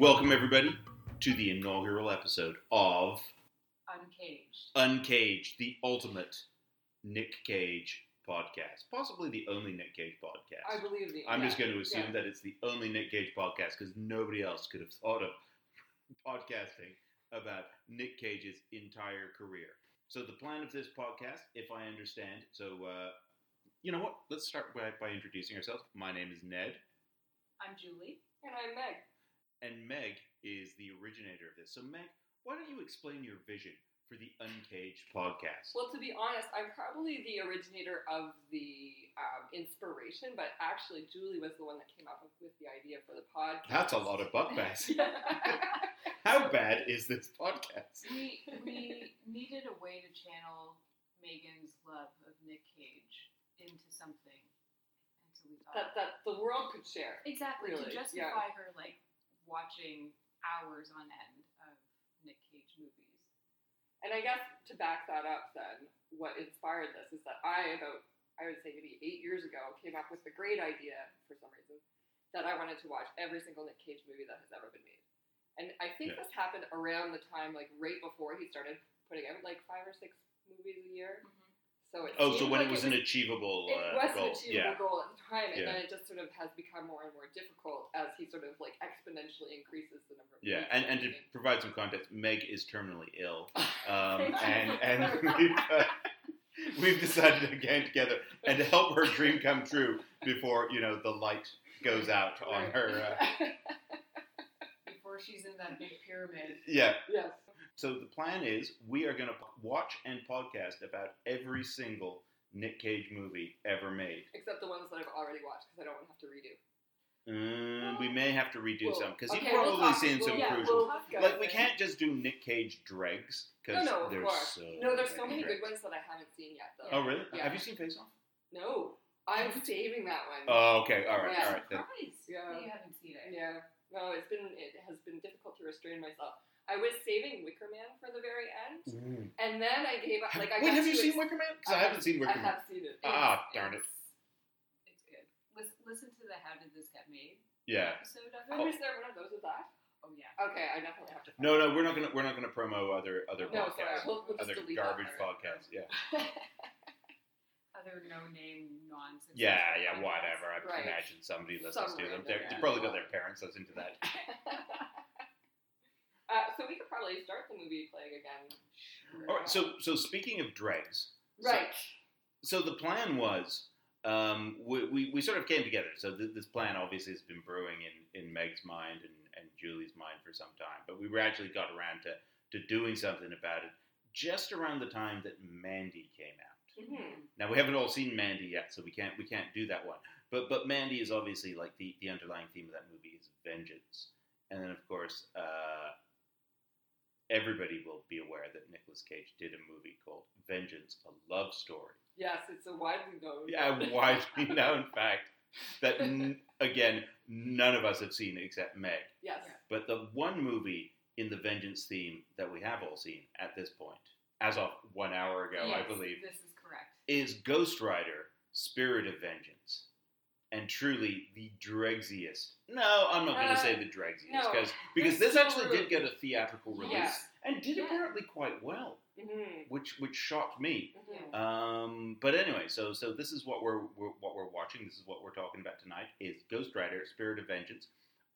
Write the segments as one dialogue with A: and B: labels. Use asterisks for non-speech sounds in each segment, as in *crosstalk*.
A: Welcome, everybody, to the inaugural episode of
B: uncaged.
A: Uncaged, the ultimate Nick Cage podcast. Possibly the only Nick Cage
B: I
A: podcast.
B: believe it.
A: I'm
B: yeah.
A: just going to assume
B: yeah.
A: that it's the only Nick Cage podcast because nobody else could have thought of *laughs* podcasting about Nick Cage's entire career. So, the plan of this podcast, if I understand, so uh, you know what? Let's start by, by introducing ourselves. My name is Ned.
B: I'm Julie. And I'm Meg.
A: and Meg is the originator of this. So, Meg, why don't you explain your vision for the Uncaged podcast?
C: Well, to be honest, I'm probably the originator of the um, inspiration, but actually, Julie was the one that came up with, with the idea for the podcast.
A: That's a lot of buck
C: *laughs*
A: bass.
C: yeah.
A: How bad is this podcast?
B: We we needed a way to channel Megan's love of Nick Cage into something, and so we
C: that,
B: thought
C: that the world could share.
B: exactly
C: really,
B: to
C: yeah.
B: justify her like watching hours on end of Nick Cage movies.
C: And I guess to back that up, then, what inspired this is that I, about, I would say maybe eight years ago, came up with the great idea, for some reason, that I wanted to watch every single Nick Cage movie that has ever been made. And I think
A: Yeah.
C: this happened around the time, like right before he started putting out like five or six movies a year.
B: Mm-hmm.
C: So it
A: Oh, so
C: seemed
A: when
C: like
A: it was
C: an
A: an achievable
C: it
A: uh,
C: was
A: goal.
C: an achievable
A: yeah.
C: goal at the time, and
A: Yeah.
C: then it just sort of has become more and more difficult as he sort of like exponentially increases the number of
A: Yeah,
C: people
A: and, and to
C: he's making.
A: provide some context, Meg is
C: *laughs*
A: terminally ill, um,
C: Thank you.
A: and and *laughs* we've, uh, we've decided to gang together and to help her dream come true before you know the light goes out on her.
C: *laughs*
A: Uh,
B: Before she's in that big pyramid,
A: yeah,
C: yes,
A: So the plan is we are going to watch and podcast about every single Nick Cage movie ever made.
C: except the ones that I've already watched because I don't want to have to redo. *gasps*
A: Mm, we may have to redo
C: Well,
A: some because
C: okay,
A: you've
C: we'll
A: probably
C: talk-
A: seen
C: we'll-
A: some
C: yeah,
A: crucial.
C: we'll
B: Like,
C: go
A: like we
C: there.
A: can't just do Nick Cage dregs because
C: No, no, of
A: there's
C: course.
A: so
C: No, there's so many good ones that I haven't seen yet, though.
A: Oh really?
C: Yeah.
A: Have you seen Face Off?
C: No, I'm saving that one.
A: Oh okay, all right,
C: Yeah.
A: all right. Then.
B: surprised
C: Yeah.
B: that you haven't seen it.
C: Yeah, no, it's been it has been difficult to restrain myself. I was saving Wicker Man for the very end,
A: Ooh.
C: and then I gave up. Like I
A: Mm. Wait,
C: got
A: have
C: too
A: you seen
C: ex-
A: Wicker Man?
C: I
A: Because I
C: have-
A: haven't
C: I
A: seen Wicker Man.
C: have seen it.
A: Ah, darn it.
B: it's, It's good. Listen, listen to the "How did this get made?"
A: Yeah.
B: episode of
C: Oh,
B: it.
C: is there one of those with that?
B: Oh yeah.
C: Okay, I definitely have to. find
A: No, no, we're not gonna we're not gonna promo other other
C: No,
A: podcasts,
C: sorry. We'll, we'll just
A: other
C: delete
A: garbage
C: that.
A: podcasts. Yeah,
B: other no name non
A: yeah, yeah. Whatever. I
C: Right.
A: imagine somebody listens
C: Some
A: to
C: random
A: them. They're, they
C: people.
A: probably got their parents listening to that.
C: *laughs* uh, so we could probably start the movie playing again.
A: All right. So, so speaking of dregs, so-
C: Right.
A: So, the plan was um, we, we we sort of came together. So th- this plan obviously has been brewing in, in Meg's mind and, and Julie's mind for some time, but we were actually got around to to doing something about it just around the time that Mandy came out.
C: Mhm.
B: Mm-hmm.
A: Now we haven't all seen Mandy yet, so we can't we can't do that one. But but Mandy is obviously like the the underlying theme of that movie is vengeance, and then of course. Uh, Everybody will be aware that Nicolas Cage did a movie called Vengeance, a Love Story.
C: Yes, it's a widely known.
A: *laughs* Yeah, widely known fact that, n- again, none of us have seen except Meg.
C: Yes.
A: But the one movie in the Vengeance theme that we have all seen at this point, as of one hour ago, I believe,
B: this is correct.
A: is Ghost Rider Spirit of Vengeance. And truly the dregsiest. No, I'm not going
C: Uh,
A: to say the dregsiest
C: no.
A: because because
B: There's
A: this actually
B: still
A: did get a theatrical release
C: Yes.
A: and did
B: Yeah.
A: apparently quite well,
C: Mhm.
A: which which shocked me.
C: Mhm.
A: Um, but anyway, so so this is what we're, we're what we're watching. This is what we're talking about tonight. Is Ghost Rider: Spirit of Vengeance?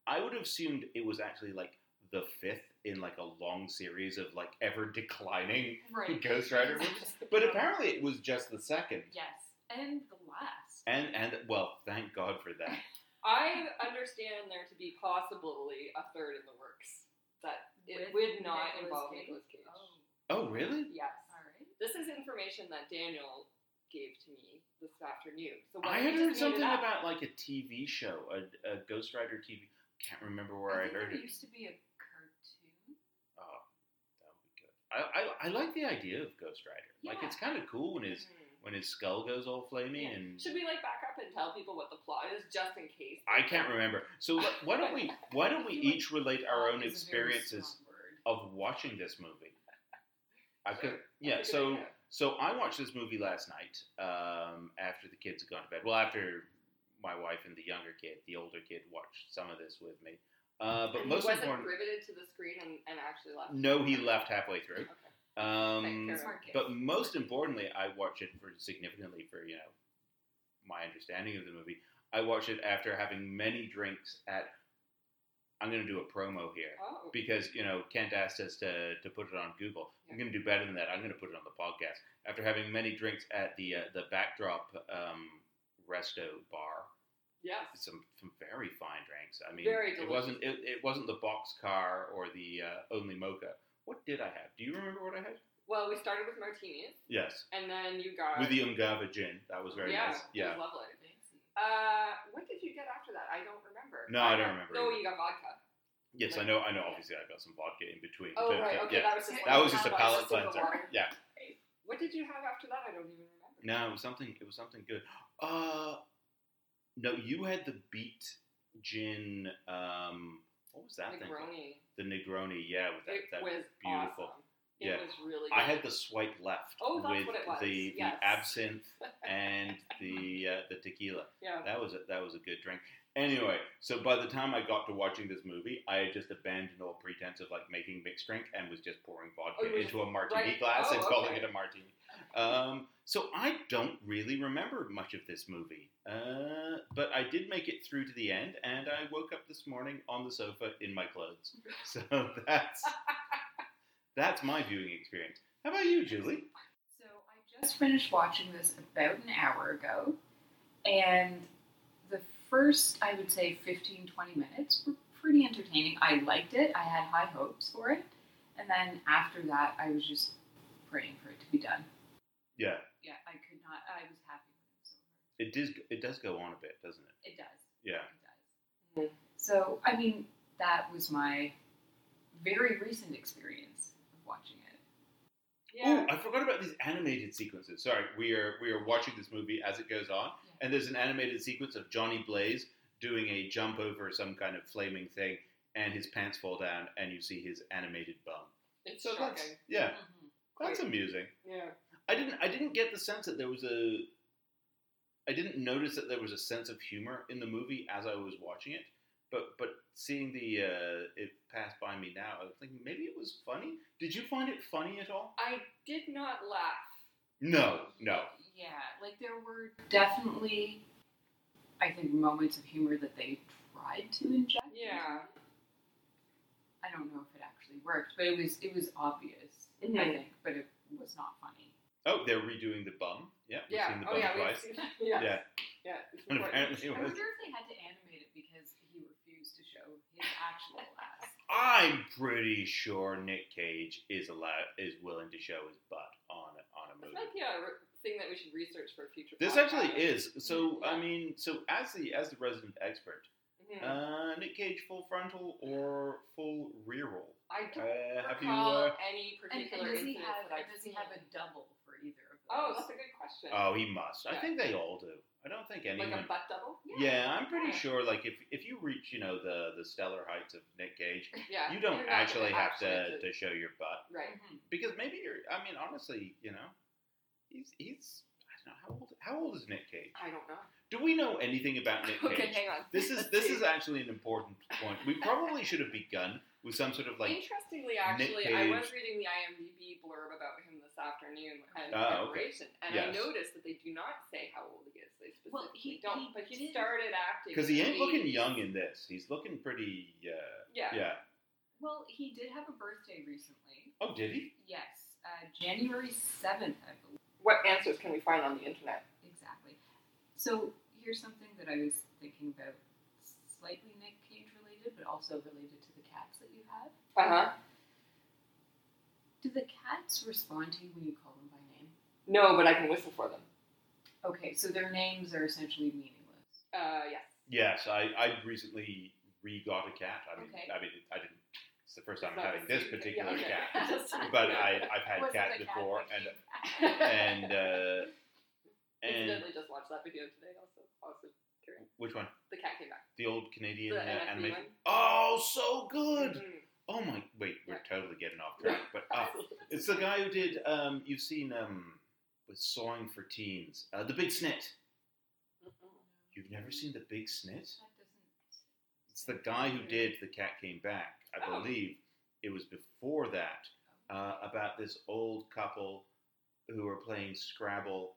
A: I would have assumed it was actually like the fifth in like a long series of like ever declining
B: Right.
A: Ghost Rider movies, but apparently it was just the second.
B: Yes, and the last.
A: And and well, thank God for that.
C: I understand there to be possibly a third in the works that it
B: With
C: would not
B: Nicolas
C: involve
B: Cage?
C: Nicolas Cage.
B: Oh,
A: Oh really?
C: *laughs* Yes.
B: all right.
C: This is information that Daniel gave to me this afternoon. So
A: I
C: why don't
A: had
C: you
A: heard
C: just made it
A: something
C: up?
A: about like a TV show, a, a Ghost Rider TV. Can't remember where I,
B: I think
A: heard
B: there
A: it.
B: used to be a cartoon.
A: Oh, that would be good. I, I I like the idea of Ghost Rider. Like
B: Yeah.
A: it's kind of cool when his
C: Mhm.
A: when his skull goes all flamey
C: Yeah.
A: and
C: Should we like back up and tell people what the plot is just in case?
A: I can't remember. So
C: *laughs*
A: wh- why don't we why don't we
B: I feel like
A: each relate our
C: oh,
B: Dog
A: own
B: is a very
A: experiences
B: strong word.
A: of watching this movie? I could,
C: Sure.
A: yeah.
C: That's a good
A: So
C: idea.
A: so I watched this movie last night um, after the kids had gone to bed. Well, after my wife and the younger kid, the older kid watched some of this with me. Uh, but
C: And
A: most
C: he wasn't
A: important,
C: riveted to the screen and, and actually left.
A: no, he left halfway through.
C: Okay.
A: Um,
C: Thank you.
B: Smart kid.
A: But most importantly, I watched it for significantly for you know my understanding of the movie. I watched it after having many drinks at. I'm going to do a promo here
C: Oh.
A: because you know Kent asked us to, to put it on Google. I'm
C: Yeah.
A: going to do better than that. I'm going to put it on the podcast after having many drinks at the uh, the backdrop um, resto bar.
C: Yes.
A: Some some very fine drinks. I mean,
C: Very
A: it wasn't it, it wasn't the boxcar or the uh, only mocha. What did I have? Do you remember what I had?
C: Well, we started with martinis,
A: Yes,
C: and then you got
A: with the Ungava gin. That was very
C: yeah,
A: nice. Yeah,
C: it was lovely. Uh, what did you get after that? I don't remember.
A: No, I don't
C: got-
A: remember
C: No,
A: either.
C: you got vodka.
A: yes, I know. I know. Obviously, I got some vodka in between.
C: Oh
A: but-
C: right,
A: but
C: okay,
A: yeah.
C: that was just
B: That
A: that
C: one
A: was just a
C: time, but
A: palate
C: just sip of
A: cleanser.
C: water.
A: Yeah.
C: What did you have after that? I don't even remember.
A: No, it was something. It was something good. Uh, no, you had the beet gin. Um, what was that thing? called?
C: Negroni.
A: The Negroni. Yeah, with that.
C: It
A: that
C: was
A: beautiful.
C: awesome.
A: Yeah.
C: It was really. Good.
A: I had the swipe left
C: Oh, that's
A: with
C: what it was,
A: the,
C: yes.
A: the absinthe
C: *laughs*
A: and the uh, the tequila.
C: Yeah.
A: That was a, that was a good drink. Anyway, so by the time I got to watching this movie, I had just abandoned all pretense of like making mixed drink and was just pouring
C: Oh,
A: vodka
C: you were
A: into a martini
C: right-
A: glass
C: oh,
A: and calling
C: okay.
A: it a martini. Um, so I don't really remember much of this movie, uh, but I did make it through to the end, and I woke up this morning on the sofa in my
C: *laughs*
A: clothes. So that's that's my viewing experience. How about you, Julie?
B: So I just finished watching this about an hour ago, and the first, I would say, 15, 20 minutes were pretty entertaining. I liked it, I had high hopes for it, and then after that, I was just praying for it to be done.
A: Yeah,
B: Yeah, I could not, I was happy when it was over.
A: it does it does go on a bit, doesn't it?
B: It does.
A: Yeah.
B: It does. So, I mean, that was my very recent experience of watching it.
C: Yeah.
A: Oh, I forgot about these animated sequences. Sorry, we are we are watching this movie as it goes on,
B: Yeah.
A: and there's an animated sequence of Johnny Blaze doing a jump over some kind of flaming thing, and his pants fall down, and you see his animated bum.
C: It's
A: So
C: shocking.
A: that's yeah, that's
C: Great.
A: amusing.
C: Yeah.
A: I didn't I didn't get the sense that there was a I didn't notice that there was a sense of humor in the movie as I was watching it, but but seeing the uh, it pass by me now, I was thinking maybe it was funny. Did you find it funny at all?
C: I did not laugh.
A: No, no.
B: Yeah, like there were definitely, I think, moments of humor that they tried to inject. into
C: Yeah.
B: it. I don't know if it actually worked, but it was it was obvious, I
C: Mhm.
B: think, but it was not funny.
A: Oh, they're redoing the bum. Yeah, we've
C: Yeah.
A: seen the
C: Oh
A: bum
C: yeah. We've
A: twice.
C: seen that. *laughs* Yeah.
A: Yeah.
C: Yeah. It's
A: And
C: important.
A: *laughs* apparently it
B: I
A: was-
B: wonder if they had to animate it because he refused to show his actual ass.
A: I'm pretty sure Nick Cage is allowed is willing to show his butt on on a
C: That's
A: movie.
C: like yeah, a thing that we should research for a future.
A: This
C: podcast.
A: actually is. So I
C: Yeah.
A: mean, so as the as the resident expert,
C: Mhm.
A: uh, Nick Cage full frontal or full rear roll?
C: I
A: Uh,
C: don't
A: have you?
C: recall
A: Uh,
C: any
B: And, and
C: particular
B: does he
C: incident
B: have
C: that I've
B: does he have a
C: seen.
B: double for either of those?
C: Oh, that's a good question.
A: oh, he must. I
C: Yeah.
A: think they all do. I don't think anyone.
C: like a butt double?
A: yeah, I'm pretty
C: Yeah.
A: sure. Like if if you reach you know the the stellar heights of Nick Cage,
C: Yeah.
A: you
C: You're
A: don't
C: not
A: actually
C: gonna
A: have to
C: actually do-
A: to show your butt.
C: Right.
B: Mhm.
A: because maybe you're. I mean, honestly, you know, he's he's. I don't know how old. How old is Nick Cage?
C: I don't know.
A: Do we know anything about Nick Cage?
C: *laughs* Okay, hang on.
A: This is
C: Let's
A: this
C: see.
A: is actually an important point. We probably should have begun with some sort of like.
C: Interestingly, actually, I was
A: Cage.
C: reading the IMDb blurb about him this afternoon and
A: Ah, okay.
C: preparation, and
A: Yes.
C: I noticed that they do not say how old he is. They specifically
B: Well, he-
C: don't,
B: he
C: but he
B: did-
C: started acting
A: Because he
C: in the
A: ain't looking
C: 80s.
A: young in this. He's looking pretty. Uh,
C: Yeah.
A: yeah.
B: Well, he did have a birthday recently.
A: Oh, did he?
B: Yes, uh, January seventh, I believe.
C: What answers can we find on the internet?
B: Exactly. So here's something that I was thinking about, slightly Nick Cage related, but also related to the cats that you have.
C: Uh huh.
B: Do the cats respond to you when you call them by name?
C: No, but I can whistle for them.
B: Okay, so their names are essentially meaningless.
C: Uh, yes.
A: Yes, I I recently re got a cat. I mean,
B: Okay.
A: I mean, I didn't. It's the first time I'm
C: Not
A: having this
C: received.
A: particular
C: Yeah, okay. *laughs*
A: cat,
B: cat.
A: but I I've had
B: Wasn't
A: cats
B: a cat,
A: before,
B: but she-
A: and
C: *laughs*
A: and uh, and
C: Incidentally, just watched that video today. Also, also curious.
A: which one?
C: The cat came back.
A: The old Canadian
C: The
A: uh,
C: NFB
A: animation.
C: one.
A: Oh, so good.
C: Mhm.
A: Oh my, wait, we're
C: Yeah.
A: totally getting off track. But uh,
C: *laughs*
A: it's the guy who did. Um, you've seen um, with Sawing for Teens, uh, the Big Snit.
C: Mm-mm.
B: *laughs*
A: You've never seen the Big Snit?
B: That doesn't-
A: It's the guy who did The Cat Came Back. I
C: Oh.
A: believe it was before that
B: Oh.
A: uh, about this old couple who are playing Scrabble,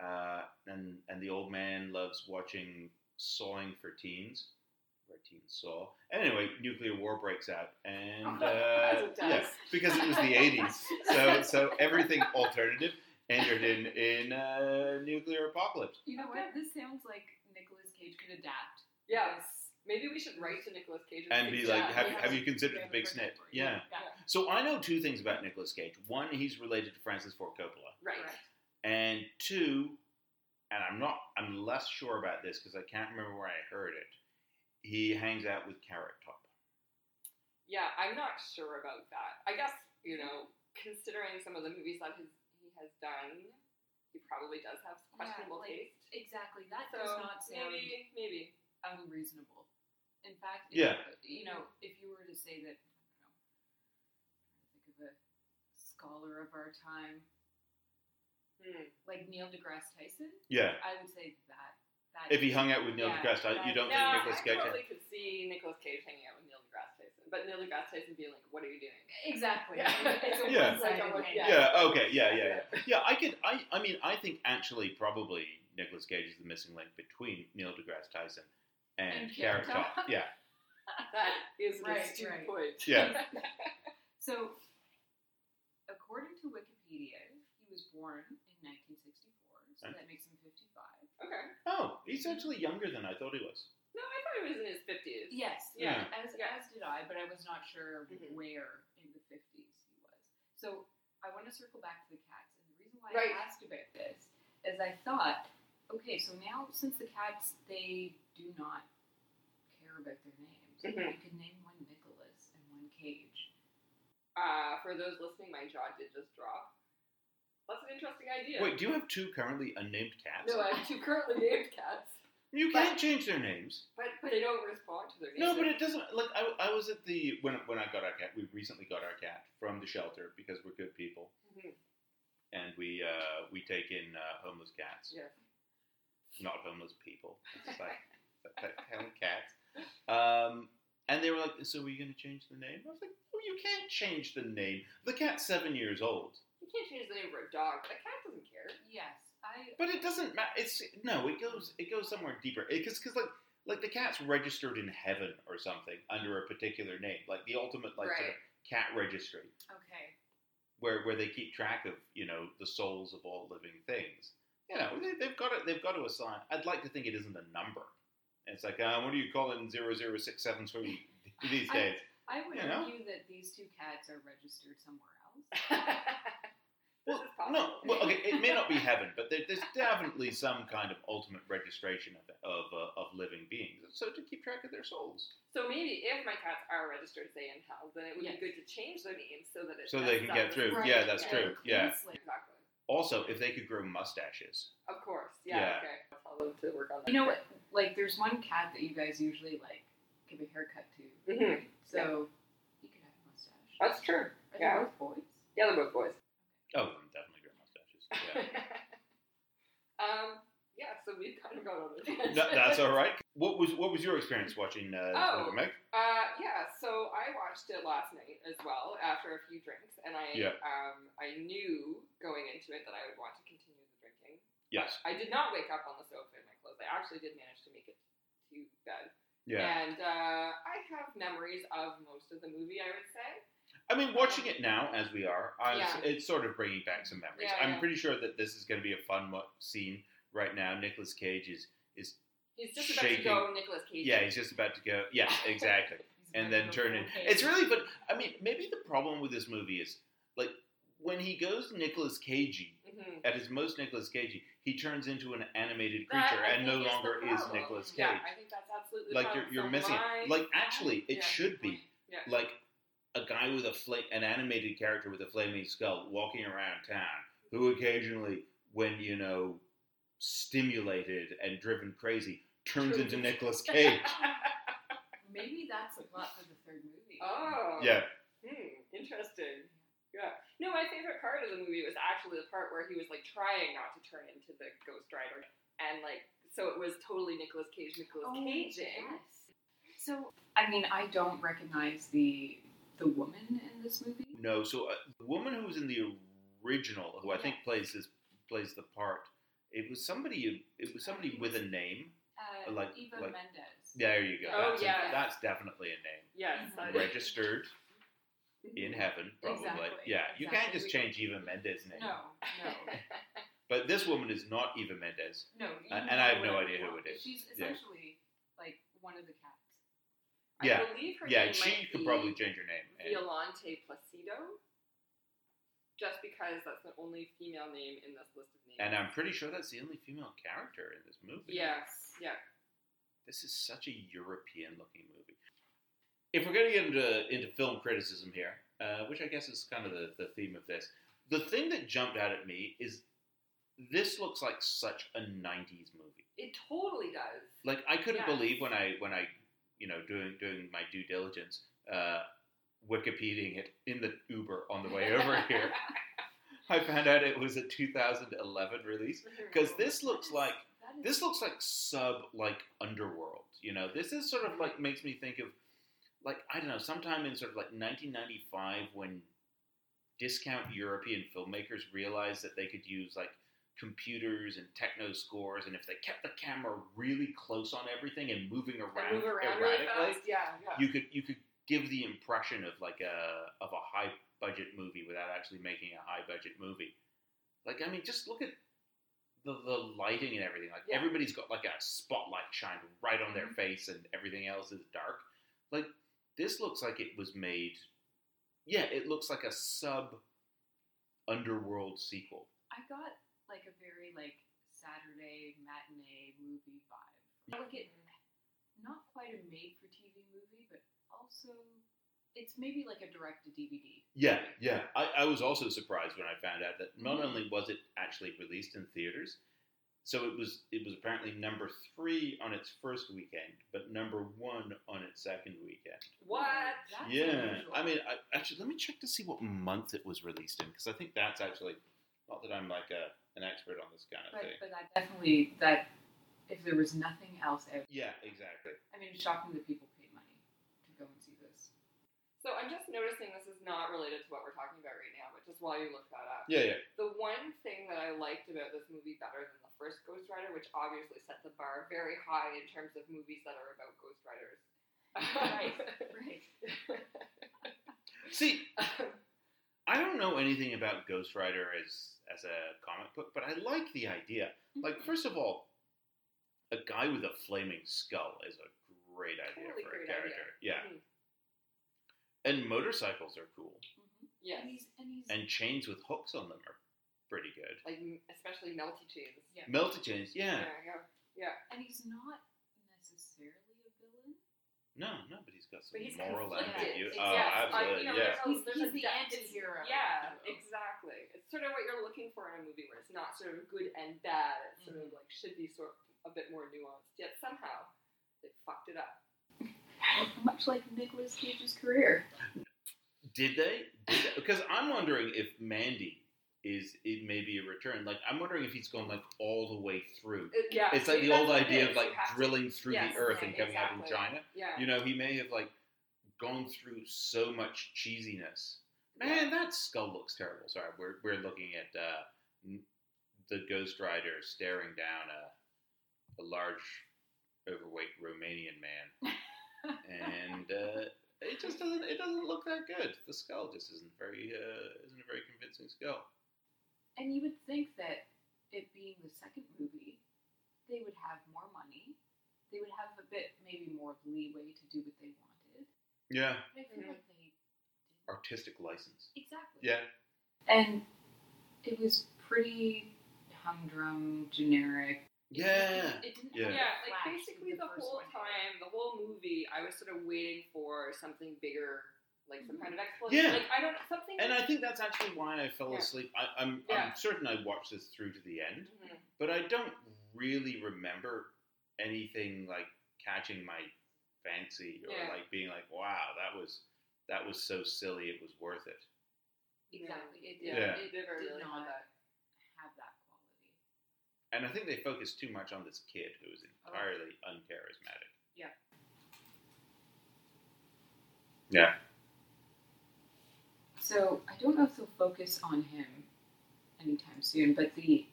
A: uh, and and the old man loves watching Sawing for Teens, where teens saw. Anyway, nuclear war breaks out,
C: *laughs*
A: and
C: As
A: uh,
C: it does.
A: yeah, because it was the '80s, so so everything alternative entered in in uh, nuclear apocalypse.
B: You know what? This sounds like Nicolas Cage could adapt.
C: Yes. Maybe we should write to Nicolas Cage
A: And be
C: say,
A: like,
C: "Yeah,
A: have,
C: we
A: have you considered
B: Yeah,
A: the big
B: for
A: snip?
B: example,
A: Yeah. So I know two things about Nicolas Cage. One, he's related to Francis Ford Coppola.
C: Right.
B: Correct.
A: and two, and I'm not, I'm less sure about this because I can't remember where I heard it. He hangs out with Carrot Top.
C: Yeah, I'm not sure about that. I guess you know, considering some of the movies that his, he has done, he probably does have questionable
B: like,
C: taste.
B: Exactly. That
C: So
B: does not sound
C: maybe, maybe.
B: unreasonable. In fact, if-
A: Yeah.
B: you know, if you were to say that, I don't know, think of a scholar of our time
C: Hmm.
B: like Neil deGrasse Tyson,
A: Yeah.
B: I would say that that
A: If he hung out with Neil
B: Yeah,
A: deGrasse, Tyson, you
B: that-
A: don't
C: No, I
A: think Nicolas Cage?
C: totally could see Nicolas Cage hanging out with Neil deGrasse Tyson, but Neil deGrasse Tyson being like, "What are you doing?"
B: exactly,
C: Yeah.
B: it's *laughs* a
A: Yeah.
B: one-sided
C: Like a one-
B: thing.
C: yeah.
A: yeah. Okay. Yeah. Yeah. Yeah.
C: *laughs*
A: Yeah. I could. I. I mean, I think actually probably Nicolas Cage is the missing link between Neil deGrasse Tyson and,
B: And
A: Carrot
B: Carrot
A: Top.
B: Top.
A: Yeah.
C: That is an
B: *laughs* Right,
C: astute
B: right.
C: point.
A: Yeah.
B: So, according to Wikipedia, he was born in 1964, so
A: Okay.
B: that makes him 55.
C: *laughs* okay.
A: Oh, he's actually younger than I thought he was.
C: No, I thought he was in his fifties.
B: Yes,
A: Yeah.
B: As,
C: Yeah.
B: as did I, but I was not sure
C: Mhm.
B: where in the 50s he was. So I want to circle back to the cats. And the reason why
C: Right.
B: I asked about this is I thought, okay, so now since the cats, they do not care about their names,
C: Mhm.
B: you can name one Nicholas and one Cage.
C: Uh, for those listening, my jaw did just drop. That's an interesting idea.
A: Wait, do you have two currently unnamed cats?
C: No, I have two currently named cats,
A: you can't change their names.
C: but they don't respond to their names.
A: No, but it doesn't. Like I, I was at the when when I got our cat. We recently got our cat from the shelter because we're good people
C: Mhm.
A: and we uh, we take in uh, homeless cats,
C: Yeah.
A: not homeless people. It's
C: *laughs*
A: like that kind of cats. Um, and they were like, "So are you going to change the name?" I was like, "No, you can't change the name. The cat's seven years old,
C: You can't change the name for a dog. but A cat doesn't care.
B: Yes, I.
A: but it doesn't matter. It's no, it goes it goes somewhere deeper because because like." Like the cat's registered in heaven or something under a particular name, like the ultimate like sort of
C: Right.
A: cat registry.
B: Okay.
A: where where they keep track of you know the souls of all living things. You know they, they've got to they've got to assign. I'd like to think it isn't a number. It's like uh, what do you call it in zero zero six
C: *laughs*
A: seven three these
B: I-
A: days?
B: I would
A: You know?
B: argue that these two cats are registered somewhere else.
C: This
A: Well,
C: is possible.
A: no, well, okay, it
C: *laughs*
A: may not be heaven, but there, there's definitely some kind of ultimate registration of of, uh, of living beings. So to keep track of their souls,
C: So maybe if my cats are registered, say in hell, then it would
B: Yes.
C: be good to change their names so that it
A: so
C: sets
A: they can
C: up
A: get
C: the-
A: through.
B: Right,
A: Yeah, that's
C: yeah.
A: true. Yeah.
B: Clean slate.
C: Exactly.
A: Also, if they could grow mustaches,
C: Of course. Yeah.
A: Yeah.
C: Okay. I'll tell them to work on that.
B: You know what? Like, there's one cat that you guys usually like give a haircut to.
C: Mhm.
B: So you could have a mustache.
C: That's true.
B: Are
C: yeah.
B: they both boys?
C: Yeah, they're both boys. *laughs*
A: oh, then definitely grow mustaches. Yeah.
C: um. Yeah. So we've kind of gone on a tangent.
A: That- that's all right. What was what was your experience watching uh, this
C: Oh.
A: movie, Meg?
C: Uh, yeah, so I watched it last night as well after a few drinks, and I
A: Yeah.
C: um, I knew going into it that I would want to continue the drinking.
A: Yes.
C: I did not wake up on the sofa in my clothes. I actually did manage to make it to bed,
A: Yeah.
C: and uh, I have memories of most of the movie. I would say.
A: I mean, watching it now as we are, I was,
C: Yeah.
A: it's sort of bringing back some memories.
C: Yeah,
A: I'm
C: yeah.
A: pretty sure that this is going to be a fun mo- scene right now. Nicolas Cage is,
C: He's just about to
A: Shaking.
C: go Nicolas Cage.
A: yeah, he's just about to go.
C: *laughs*
A: Yeah, exactly.
B: He's
A: and
B: about
A: then
B: to go
A: turn in.
B: full
A: It's
B: Cage.
A: really, but I mean, maybe the problem with this movie is like when he goes Nicolas Cagey
C: Mhm.
A: at his most Nicolas Cagey, he turns into an animated
C: That,
A: creature
C: I
A: and no
C: think, is the
A: longer is
C: problem.
A: Nicolas Cage.
C: Yeah, I think that's absolutely
A: like
C: the
A: you're
C: problem.
A: you're
C: So
A: missing.
C: my-
A: it. Like actually, it
B: Yeah,
A: should
B: good
A: be
B: point.
C: Yeah.
A: like a guy with a fla- an animated character with a flaming skull walking around town, who occasionally, when you know, stimulated and driven crazy, turns into
C: *laughs*
A: Nicolas Cage.
B: Maybe that's a plot for the third movie.
C: oh.
A: yeah,
C: Hmm, interesting. Yeah. No, my favorite part of the movie was actually the part where he was like trying not to turn into the Ghost Rider, and like so it was totally Nicolas Cage, Nicolas
B: Oh,
C: Caging.
B: yes. So, I mean, I don't recognize the the woman in this movie.
A: No, so uh, the woman who was in the original, who I think
C: Yeah.
A: plays this plays the part, it was somebody. It was somebody with a name.
B: Uh,
A: Like-
B: Eva
A: like-
B: Mendes.
A: There you go.
C: Oh,
A: that's a-
C: yeah.
A: that's definitely a
C: Yes.
B: Mhm.
C: that is-
A: name. Registered in heaven, probably.
B: Exactly,
A: Yeah, you can't
B: exactly.
A: just change Eva Mendes' name.
B: No, no,
C: *laughs*
A: But this woman is not Eva Mendes.
B: no. you
A: And- and
B: know
A: I have no
B: whatever
A: idea
B: you
A: who
B: want.
A: it is.
B: She's
A: Yeah.
B: essentially like one of the cats.
A: Yeah.
C: I believe her
A: yeah,
C: name
A: she
C: might
A: could
C: be
A: probably change her name. and-
C: Violante Placido. Just because that's the only female name in this list of names.
A: And I'm pretty sure that's the only female character in this movie.
C: Yes. Yeah.
A: This is such a European looking movie. If we're going to get into, into film criticism here, uh, which I guess is kind of the, the theme of this, the thing that jumped out at me is this looks like such a 90s movie.
C: It totally does.
A: Like I couldn't
C: Yeah.
A: believe when I when I you know doing doing my due diligence, uh, Wikipediaing it in the Uber on the way over here, I found out it was a 2011 release because this looks like
B: That is-
A: this looks like sub like underworld you know this is sort of like makes me think of like i don't know sometime in sort of like 1995 when discount european filmmakers realized that they could use like computers and techno scores and if they kept the camera really close on everything and moving around,
C: I move around
A: erratically
C: really fast. Yeah. Yeah.
A: you could you could give the impression of like a of a high budget movie without actually making a high budget movie. Like I mean, just look at the the lighting and everything. Like
C: Yeah. Mm-hmm.
A: everybody's got like a spotlight shined right on their face, and everything else is dark. Like this looks like it was made. Yeah, it looks like a sub underworld sequel.
B: I got like a very like Saturday matinee movie vibe. Like it, not quite a made-for-TV movie, but also it's maybe like a direct-to-DVD.
A: Yeah, yeah. I, I was also surprised when I found out that not only was it actually released in theaters, so it was it was apparently number three on its first weekend, but number one on its second weekend.
C: What?
B: That's
A: yeah,
B: unusual.
A: I mean, I, actually, let me check to see what month it was released in because I think that's actually not that I'm like a, an expert on this kind of
B: but
A: thing.
B: but that definitely that if there was nothing else out,
A: Yeah, exactly.
B: I mean, it's shocking that people paid money to go and see this.
C: *laughs* So I'm just noticing this is not related to what we're talking about right now, but just while you look that up.
A: Yeah, yeah.
C: The one thing that I liked about this movie better than the first Ghost Rider, which obviously set the bar very high in terms of movies that are about Ghost Riders.
B: Right. Right.
C: *laughs*
A: See, I don't know anything about Ghost Rider as as a comic book, but I like the idea.
C: Mm-hmm.
A: Like, first of all, a guy with a flaming skull is a great idea
C: Totally
A: for a
C: great idea.
A: character. Yeah.
C: Mhm.
A: And motorcycles are cool.
B: Mhm.
C: *laughs* Yes.
B: And he's and he's
A: And chains with hooks on them are pretty good.
C: Like m- especially melty cheese.
B: yeah.
A: Melted chains, yeah.
C: Yeah. yeah.
B: and he's not necessarily a villain.
A: No, no, but he's got some
C: But he's
A: moral
C: conflicted.
A: ambiguity.
C: It's-
A: Oh,
C: yes, like,
A: absolutely.
C: you know,
A: yeah.
C: there's a-
B: He's-
C: there's a
B: he's the
C: depth-
B: anti-hero.
C: Yeah, exactly. It's sort of what you're looking for in a movie where it's not sort of good and bad. It's sort of like should be sort of a bit more nuanced. Yet somehow they fucked it up.
B: Much like Nicolas Cage's career.
A: Did they? Did they? Because I'm wondering if Mandy is it may be a return. Like I'm wondering if he's gone like all the way through.
C: It- yeah,
A: It's like
C: see,
A: the old
C: that's what it
A: idea
C: is.
A: of like
C: You have to-
A: drilling through
C: Yes,
A: the earth
C: right,
A: and coming out in
C: exactly.
A: China.
C: Yeah.
A: You know, he may have like gone through so much cheesiness. Man, that skull looks terrible. Sorry, we're we're looking at uh, n- the Ghost Rider staring down a a large, overweight Romanian man,
C: *laughs*
A: and uh, it just doesn't it doesn't look that good. The skull just isn't very uh, isn't a very convincing skull.
B: And you would think that it being the second movie, they would have more money. They would have a bit maybe more leeway to do what they wanted.
A: Yeah,
B: But I feel
C: Mhm.
B: like they didn't.
A: artistic license.
B: Exactly.
A: Yeah,
B: And it was pretty humdrum, generic. It
A: yeah.
B: didn't- It didn't
A: Yeah.
B: have
C: Yeah,
B: the
C: like
B: flash
C: basically
B: that
C: the,
B: first
C: whole
B: one had.
C: time, the whole movie, I was sort of waiting for something bigger, like some
B: Mhm.
C: kind of explanation.
A: Yeah.
C: Like I don't something.
A: And I think that's actually why I fell
C: Yeah.
A: asleep. I, I'm,
C: Yeah.
A: I'm certain I watched this through to the end,
C: Mhm.
A: but I don't really remember anything like catching my fancy or
C: Yeah.
A: like being like, "Wow, that was that was so silly, it was worth it."
B: Exactly. It,
C: Yeah,
A: Yeah.
C: it
B: it
C: never
B: did
C: really
B: not
C: had that.
B: have that quality.
A: And I think they focused too much on this kid who was entirely uncharismatic. Yeah.
B: So I don't know if they'll focus on him anytime soon, but the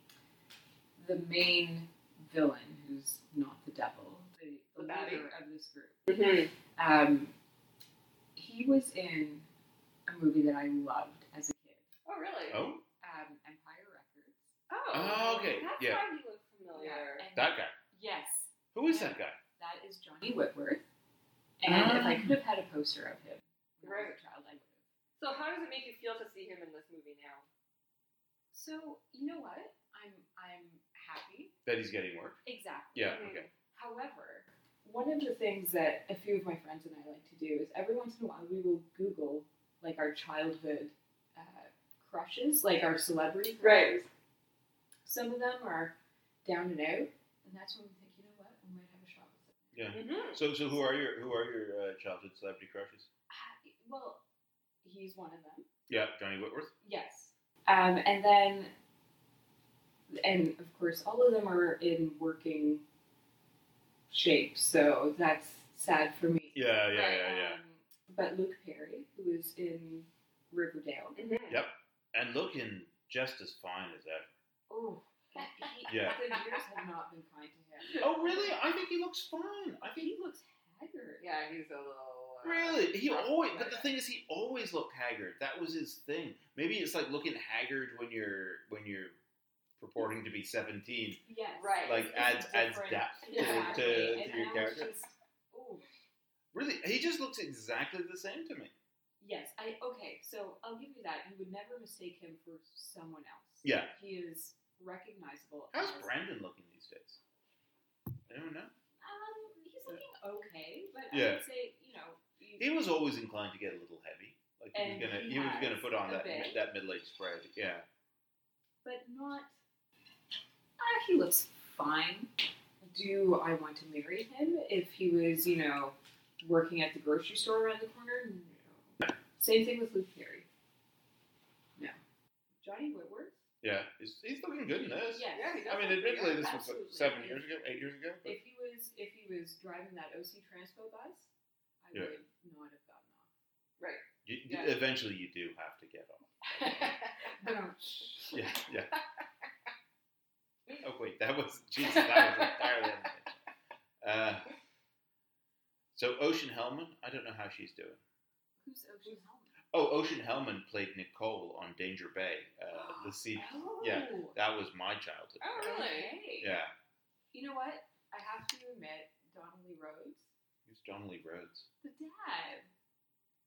B: the main villain, who's not the devil, the, the
C: The baddie.
B: leader of this group,
C: Mm-hmm.
B: um, he was in a movie that I loved as a kid,
C: Oh, really?
A: Oh,
B: um, Empire Records.
C: Oh,
A: Oh, okay,
C: That's
A: yeah.
C: why he looked familiar.
B: and-
A: that guy.
B: Yes,
A: Who is that guy?
B: that is Johnny Whitworth. And if I could have had a poster of him when I
C: Right.
B: was a child, I would have.
C: So, how does it make you feel to see him in this movie now?
B: So you know what? I'm I'm happy.
A: That he's getting work.
B: Exactly.
A: Yeah.
C: Mhm.
A: Okay.
B: However, one of the things that a few of my friends and I like to do is every once in a while we will Google like our childhood uh, crushes, like our celebrity crushes.
C: Right.
B: Some of them are down and out, and that's when we think, you know what, we might have a shot with it.
C: Mm-hmm.
A: So, so who are your who are your uh, childhood celebrity crushes?
B: Uh, well, he's one of them.
A: Yeah, Johnny Whitworth.
B: Yes. Um, and then, and of course, all of them are in working shape, so that's sad for me.
A: Yeah, yeah,
C: Right,
A: yeah, yeah.
B: Um, but Luke Perry, who is in Riverdale,
C: Mm-hmm.
A: Yep. And looking just as fine as ever.
B: *laughs* oh, he,
A: Yeah.
B: the years have not been kind to him.
A: Oh, really? I think he looks fine. I think
B: He looks haggard.
C: Yeah, he's a little. Uh,
A: really he
C: rough
A: always.
C: player.
A: But the thing is, he always looked haggard. That was his thing. Maybe it's like looking haggard when you're when you're purporting to be seventeen.
B: Yes.
C: Right.
A: Like
B: It's
A: adds adds
B: different.
A: depth to,
C: Yeah.
A: to,
B: Exactly.
A: to
B: And
A: your
B: I was
A: character.
B: just- oh,
A: Really, he just looks exactly the same to me.
B: Yes, I okay. So I'll give you that. You would never mistake him for someone else.
A: Yeah.
B: he is recognizable.
A: How's
B: as-
A: Brandon looking these days? I don't know.
B: Um, he's looking okay, but I
A: Yeah.
B: would say you know you-
A: He was always inclined to get a little heavy. Like he
B: And
A: was gonna,
B: he
A: he, was
B: has
A: gonna put on
B: a
A: that
B: bit.
A: that middle aged spread. Yeah,
B: but not. Ah, he looks fine. Do I want to marry him if he was you know working at the grocery store around the corner? No. Same thing with Luke Perry. No. Johnny Whitworth.
A: yeah. He's, he's looking good in this.
B: Yes.
C: Yeah, he does.
A: I mean, admittedly, this was
B: Absolutely.
A: what, seven years ago, eight years ago. But
B: If he was if he was driving that OC transpo bus, I
A: Yeah.
B: would not have gotten off.
A: you, you-
C: Yeah.
A: eventually, you do have to get off.
C: *laughs*
B: But, um,
A: Yeah, yeah. oh wait, that was Jesus. That was entirely. unintentional. Uh, so Ocean Hellman, I don't know how she's doing.
B: who's Ocean Helmet?
A: Oh, Ocean Hellman played Nicole on Danger Bay.
C: *gasps*
A: Uh, the sea.
B: Oh,
A: yeah. That was my childhood.
C: Oh, really?
B: okay.
A: Yeah,
B: You know what? I have to admit, Donnelly Rhodes,
A: it was John Lee Rhodes.
B: the dad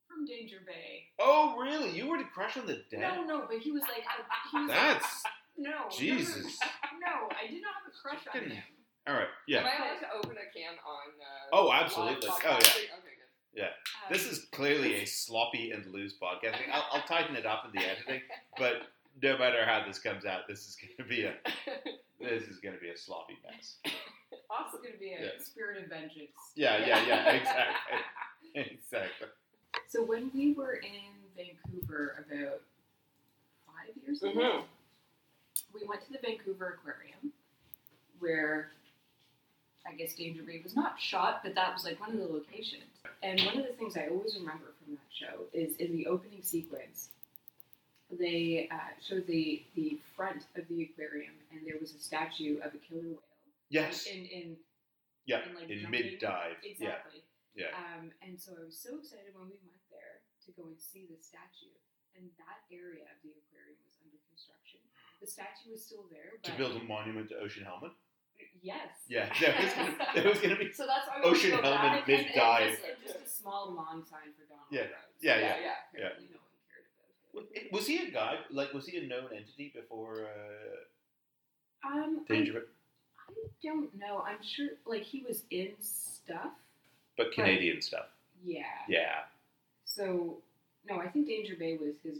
B: from Danger Bay.
A: Oh, really? You were to crush on the
B: No,
A: dad?
B: no, but he was like, a- he
C: *laughs*
B: was
A: That's
B: like, no,
A: Jesus.
B: *laughs* No, I did not have a crush on
A: Fucking-
B: him.
A: All right.
C: Am
A: Yeah.
C: I allowed to open a can on? Uh,
A: Oh, absolutely.
C: live
A: Oh, yeah.
C: podcasting? Okay, good.
B: Um,
A: This is clearly a sloppy and loose podcast. I'll, I'll tighten it up in the editing, but no matter how this comes out, this is going to be a this is going to be a sloppy mess.
B: also going to be a
A: Yeah.
B: spirit of vengeance.
A: Yeah, yeah,
B: *laughs*
A: yeah. Exactly. Exactly.
B: So when we were in Vancouver about five years ago,
C: Mhm.
B: we went to the Vancouver Aquarium, where I guess Danger Bay was not shot, but that was like one of the locations. And one of the things I always remember from that show is in the opening sequence, they uh, showed the the front of the aquarium, and there was a statue of a killer whale.
A: Yes.
B: In in
A: Yeah.
B: in, like
A: In
B: jumping-
A: mid dive. Yeah.
B: Exactly.
A: Yeah.
B: Um, and so I was so excited when we went there to go and see the statue. And that area of the aquarium was under construction. The statue was still there, but
A: To build a monument to Ocean Hellman.
B: yes, *laughs*
A: Yeah. *laughs* That was gonna, that was going to be.
C: So that's
A: *laughs*
C: why. we
A: Ocean
C: go back
A: Hellman
C: and-
A: mid
C: and
A: dive.
B: Just, just a small lawn sign for Donald
A: Yeah.
B: Rhodes.
A: Yeah.
C: yeah,
A: Yeah.
C: yeah.
B: Apparently no one cared about him.
A: Was he a guy? Like, was he a known entity before uh,
B: Um, I,
A: Danger? Bay?
B: I don't know. I'm sure, like he was in stuff.
A: But Canadian stuff.
B: Yeah.
A: Yeah.
B: So no, I think Danger Bay was his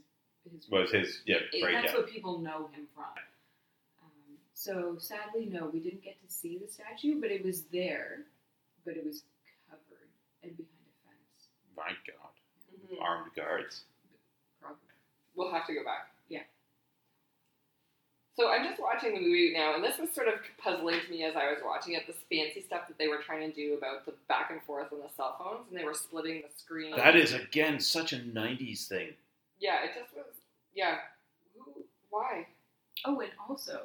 B: his
A: Was his yeah
B: It-
A: breakout?
B: that's what people know him from. Um, so sadly, no, we didn't get to see the statue, but it was there, but it was covered and behind a fence.
A: My God,
C: Mhm.
A: armed guards.
B: Probably.
C: We'll have to go back.
B: Yeah.
C: So I'm just watching the movie now, and this was sort of puzzling to me as I was watching it. This fancy stuff that they were trying to do about the back and forth on the cell phones, and they were splitting the screen.
A: That is again such a '90s thing.
C: Yeah, it just was. Yeah. Who? Why?
B: Oh, and also,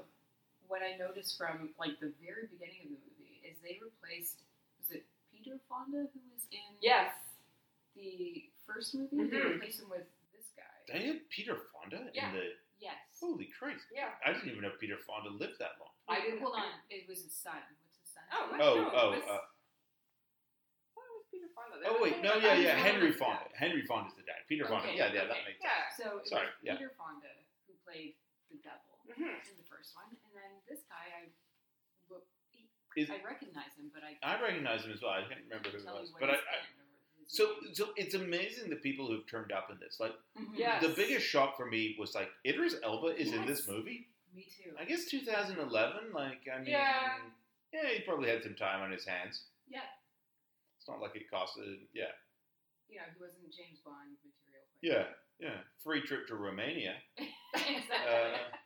B: what I noticed from like the very beginning of the movie is they replaced was it Peter Fonda who was in
C: Yes.
B: the first movie? They
C: Mhm.
B: replaced him with this guy.
A: They had Peter Fonda
C: Yeah.
A: in the
B: yes.
A: holy Christ!
C: Yeah.
A: I didn't even know Peter Fonda lived that long.
C: I didn't-
B: hold on. It was his son. What's his son?
C: Oh,
A: Oh,
C: no,
A: oh,
C: It was,
A: uh,
C: I thought it was Peter Fonda. They
A: Oh
C: were
A: wait,
C: saying
A: no,
C: that I
A: yeah, yeah,
C: was
A: Henry
C: wondering
A: Fonda.
C: that.
A: Henry Fonda's the dad. Peter Fonda.
B: Okay,
A: Yeah, yeah, that
C: okay.
A: makes sense.
C: Yeah.
B: So it
A: Sorry,
B: was
A: yeah.
B: Peter Fonda who played the devil
C: Mhm.
B: in the first one, and then this guy I look, he,
A: Is-
B: I recognize him, but I
A: I recognize him as well. I can't remember who
B: couldn't
A: it
B: tell
A: was,
B: you what
A: but I.
B: he's
A: I
B: in or his
A: so,
B: name.
A: so it's amazing the people who've turned up in this. Like
B: Mhm.
C: Yeah.
A: the
C: Yes.
A: biggest shock for me was like Idris Elba is in this
C: Yes.
A: movie.
B: me too.
A: I guess 2011. Like, I mean,
C: Yeah.
A: yeah, he probably had some time on his hands.
B: yeah,
A: It's not like it cost. A, yeah,
B: you know, he wasn't James Bond material.
A: yeah, yeah. Free trip to Romania.
C: *laughs*
B: *laughs* exactly.
A: Uh,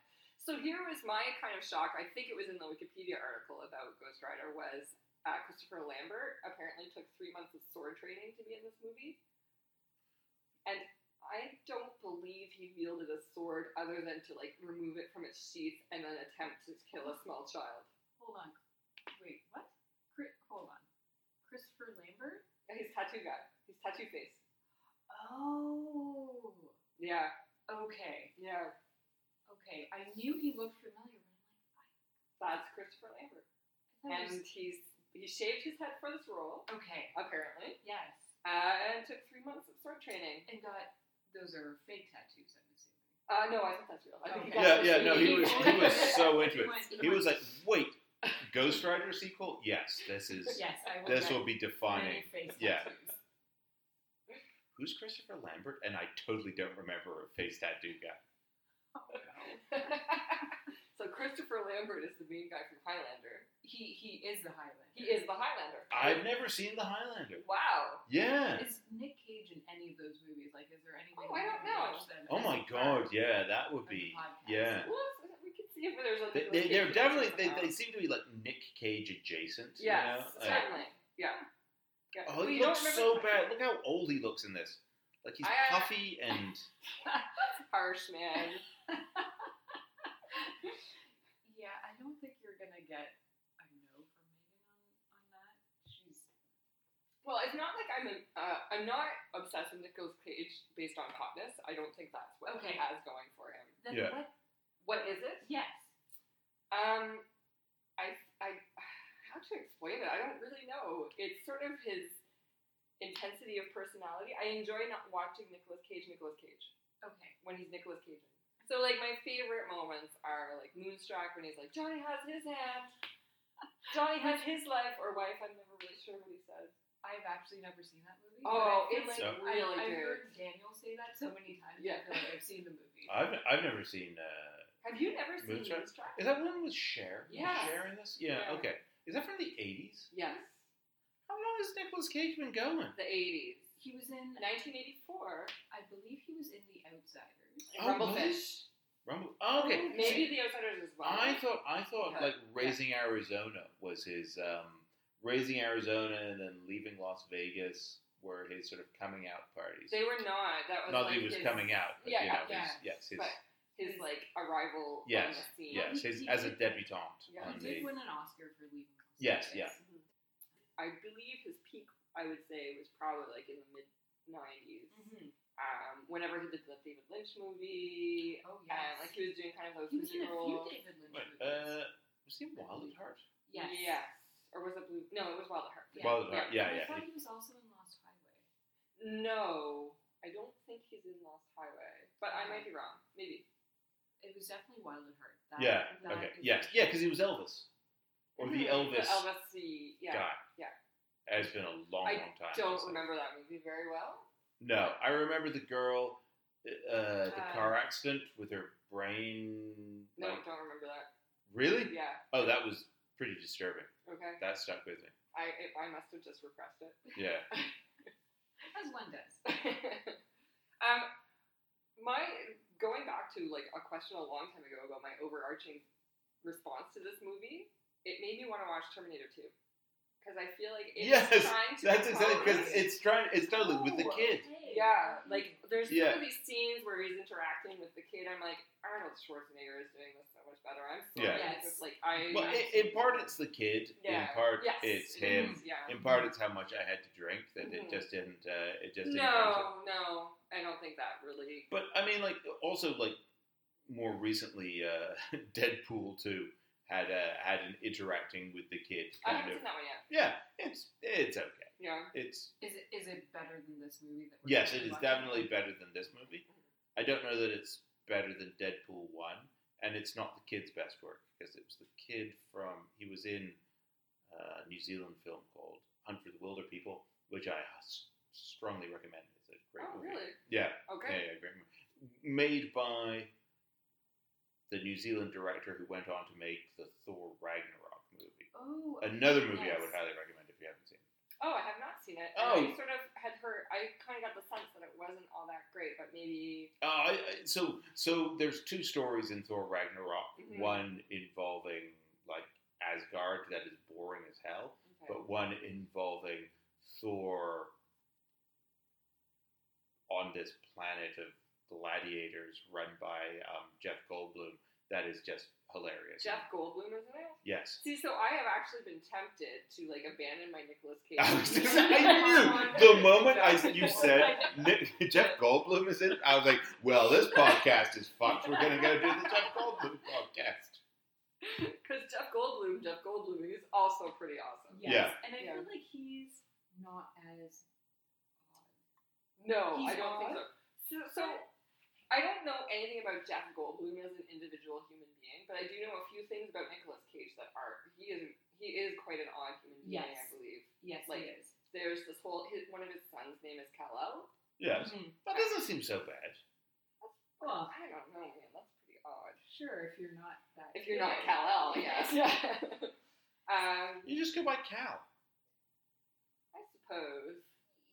C: So here was my kind of shock. I think it was in the Wikipedia article about Ghost Rider was uh, Christopher Lambert apparently took three months of sword training to be in this movie, and I don't believe he wielded a sword other than to like remove it from its sheath and then attempt to kill a small child.
B: hold on, wait, what? Chri- hold on, Christopher Lambert.
C: And He's tattoo guy. He's tattoo face.
B: Oh,
C: Yeah,
B: okay,
C: yeah.
B: okay. I knew he looked familiar.
C: That's Christopher Lambert,
B: but I'm like, I thought he
C: and
B: was-
C: he's he shaved his head for this role
B: okay,
C: apparently,
B: yes.
C: uh, and took three months of sword training.
B: and got those are fake tattoos. I'm assuming.
C: Uh, no, I think that's real. I think he
B: Okay.
C: got
A: yeah,
C: those
A: yeah.
C: from
A: No, he
C: *laughs* the
A: was he
C: people.
A: was so into it.
B: He went-
A: He was like, wait,
C: *laughs*
A: Ghost Rider sequel? Yes, this is
B: yes, I will.
A: this
B: get
A: will be defining.
B: many Face
A: yeah.
B: tattoos.
A: Who's Christopher Lambert? And I totally don't remember a face tattoo
C: *laughs*
A: guy.
B: Oh, no.
C: so Christopher Lambert is the main guy from Highlander.
B: He he is the Highlander.
C: He is the Highlander.
A: I've never seen The Highlander.
C: Wow.
A: Yeah.
B: Is Nick Cage in any of those movies? Like, is there any way
C: Oh, I
B: we
C: don't
B: can
C: know.
B: watch them
A: Oh
B: as
A: my
B: a
A: god.
B: part of
A: Yeah, that would
B: the
A: be.
B: podcast?
A: Yeah.
C: Well, we can see if there's a.
A: They, they, they're definitely they, they seem to be like Nick Cage adjacent. you
C: Yes,
A: know? Like,
C: certainly. Yeah. yeah.
A: oh,
C: We
A: he
C: don't
A: looks
C: remember
A: so
C: the-
A: bad.
C: *laughs*
A: Look how old he looks in this. Like he's
C: I-
A: puffy and
C: *laughs* Harsh man.
B: Yeah, I don't think you're gonna get a no from Megan on, on that. She's
C: Well, it's not like I'm an, uh, I'm not obsessed with Nicolas Cage based on hotness. I don't think that's what
B: Okay.
C: he has going for him.
B: then
A: Yeah.
B: what?
C: What is it?
B: Yes.
C: Um, I, I, *sighs* how to explain it? I don't really know. It's sort of his intensity of personality. I enjoy not watching Nicolas Cage, Nicolas Cage
B: Okay.
C: when he's Nicolas Cage. So like my favorite moments are like Moonstruck when he's like Johnny has his hand, Johnny has his life or wife. I'm never really sure what he says.
B: I've actually never seen that movie. but
C: Oh,
B: I feel
C: it's
B: like
A: So-
B: I,
C: really
B: I've
C: good.
B: heard Daniel say that so many times.
C: Yeah.
B: I feel like I've seen the movie.
A: I've I've never seen. Uh,
C: Have you never seen
A: Moonstruck?
C: Moonstruck?
A: is that one with Cher? Was
C: Yes.
A: Cher in this? Yeah,
C: Yeah.
A: Okay. Is that from the eighties?
C: Yes,
A: How long has Nicolas Cage been going?
C: the 80s,
B: He was in,
C: 1984.
B: I believe he was in The Outsiders.
A: Oh,
C: Rumblefish.
A: Rumble. Oh, okay.
C: Maybe
A: See,
C: The Outsiders as well.
A: I thought I thought
C: Yeah.
A: like Raising Arizona was his um, Raising Arizona and then Leaving Las Vegas were his sort of coming out parties.
C: They were not. That was
A: Not
C: like
A: that he was
C: his,
A: coming out, but
C: yeah,
A: you know,
C: yeah,
A: his, yes, his,
C: but his like arrival
A: Yes,
C: on the scene.
A: yes,
B: he-
A: his
B: he
A: as a
B: did-
A: debutante
C: Yeah.
A: on
B: He did
A: the
B: win an Oscar for Leaving Las
A: Yes,
B: Vegas.
A: yeah.
C: Mm-hmm. I believe his peak, I would say, was probably like in the mid '90s.
B: Mhm.
C: Um, whenever he did the David Lynch movie,
B: Oh, yes.
C: and Uh, like he was doing kind of those
B: He was in a
C: goofy
B: few
C: roles.
B: David Lynch
A: Wait,
B: movies.
A: uh, was he in Wild at Heart?
B: yes.
C: yes, or was it Blue? No, it was Wild at Heart.
B: Yeah.
A: Wild at Heart, yeah,
B: I
A: yeah.
B: thought he was also in Lost Highway.
C: No, I don't think he's in Lost Highway, but I might be wrong. Maybe.
B: It was definitely Wild at Heart. That,
A: yeah,
B: that
A: okay,
B: is-
A: yes, yeah, because he was Elvis or
C: Hmm,
A: the Elvis,
C: Elvis-y, yeah.
A: guy.
C: yeah.
A: it's been a long,
C: I
A: long time.
C: Don't
A: since I-
C: remember that movie very well.
A: No, I remember the girl, uh, the
C: Uh,
A: car accident with her brain.
C: No,
A: like-
C: don't remember that.
A: really?
C: Yeah.
A: Oh, that was pretty disturbing.
C: Okay.
A: That stuck with me.
C: I it, I must have just repressed it.
A: Yeah.
C: *laughs*
B: As one does.
C: um, my going back to like a question a long time ago about my overarching response to this movie, it made me want to watch Terminator 2 because I feel like it's
A: Yes,
C: trying to
A: That's
C: become-
A: exactly because it's trying. It's totally with the
B: Oh,
A: kid.
B: okay. Um,
C: Yeah, like there's
A: Yeah.
C: some of these scenes where he's interacting with the kid. I'm like, Arnold Schwarzenegger is doing this so much better. I'm so
A: Yeah.
C: yes.
B: Yes.
C: like I.
A: Well, i- in part it's the kid. In
C: Yeah.
A: part
C: yes, Mm-hmm.
A: it's
C: it
A: him.
C: is, Yeah.
A: In part it's how much I had to drink that
C: Mhm.
A: it just didn't. Uh, it just didn't. match
C: No,
A: up.
C: no, I don't think that really.
A: But I mean, like also like more recently, uh, *laughs* Deadpool two had uh, had an interacting with the kid
C: I
A: kind
C: haven't
A: of.
C: seen that one yet.
A: Yeah, it's it's okay.
C: Yeah.
A: It's
B: Is it is it better than this movie? That we're
A: Yes, it
B: currently
A: is
B: watching?
A: definitely better than this movie. I don't know that it's better than Deadpool 1, and it's not the kid's best work because it was the kid from, he was in uh, a New Zealand film called Hunt for the Wilder People, which I s- strongly recommend. It's a great
C: Oh,
A: movie.
C: really? Oh,
A: Yeah, yeah,
C: Okay.
A: yeah, great movie. Made by the New Zealand director who went on to make the Thor Ragnarok movie.
B: Oh,
A: Another movie I
B: yes.
A: would highly recommend if you haven't seen it.
C: Oh, I have not seen it.
A: Oh.
C: I sort of had heard. I kind of got the sense that it wasn't all that great, but maybe.
A: Uh, I, I- so, so there's two stories in Thor Ragnarok.
C: Mhm.
A: One involving like Asgard that is boring as hell,
C: Okay.
A: but one involving Thor on this planet of gladiators run by um, Jeff Goldblum that is just hilarious.
C: Jeff Goldblum is in it.
A: Yes.
C: See, so I have actually been tempted to like abandon my Nicolas Cage.
A: *laughs* I, was
C: *laughs*
A: just, I knew the moment I you said Nick, *laughs* Jeff Goldblum is in. I was like, well, this podcast is fucked. We're gonna go do the Jeff Goldblum podcast.
C: because Jeff Goldblum, Jeff Goldblum, he's also pretty awesome.
B: Yes.
A: Yeah.
B: And I
C: Yeah.
B: feel like he's not as.
C: No, I
B: He's
C: don't think
B: odd.
C: so. so. So I don't know anything about Jeff Goldblum as an individual human being, but I do know a few things about Nicolas Cage that are he is he is quite an odd human being, I
B: Yes.
C: believe.
B: Yes,
C: Like-
B: he is.
C: There's this whole his, one of his sons' name is Kal-El.
A: Yes,
B: Mhm.
A: that doesn't seem so bad.
B: Well,
C: I don't know, man. That's pretty odd.
B: sure, if you're not that.
C: If you're
B: good.
C: not Kal-El,
B: *laughs*
C: yes. *laughs* um,
A: You just go by Cal.
C: I suppose.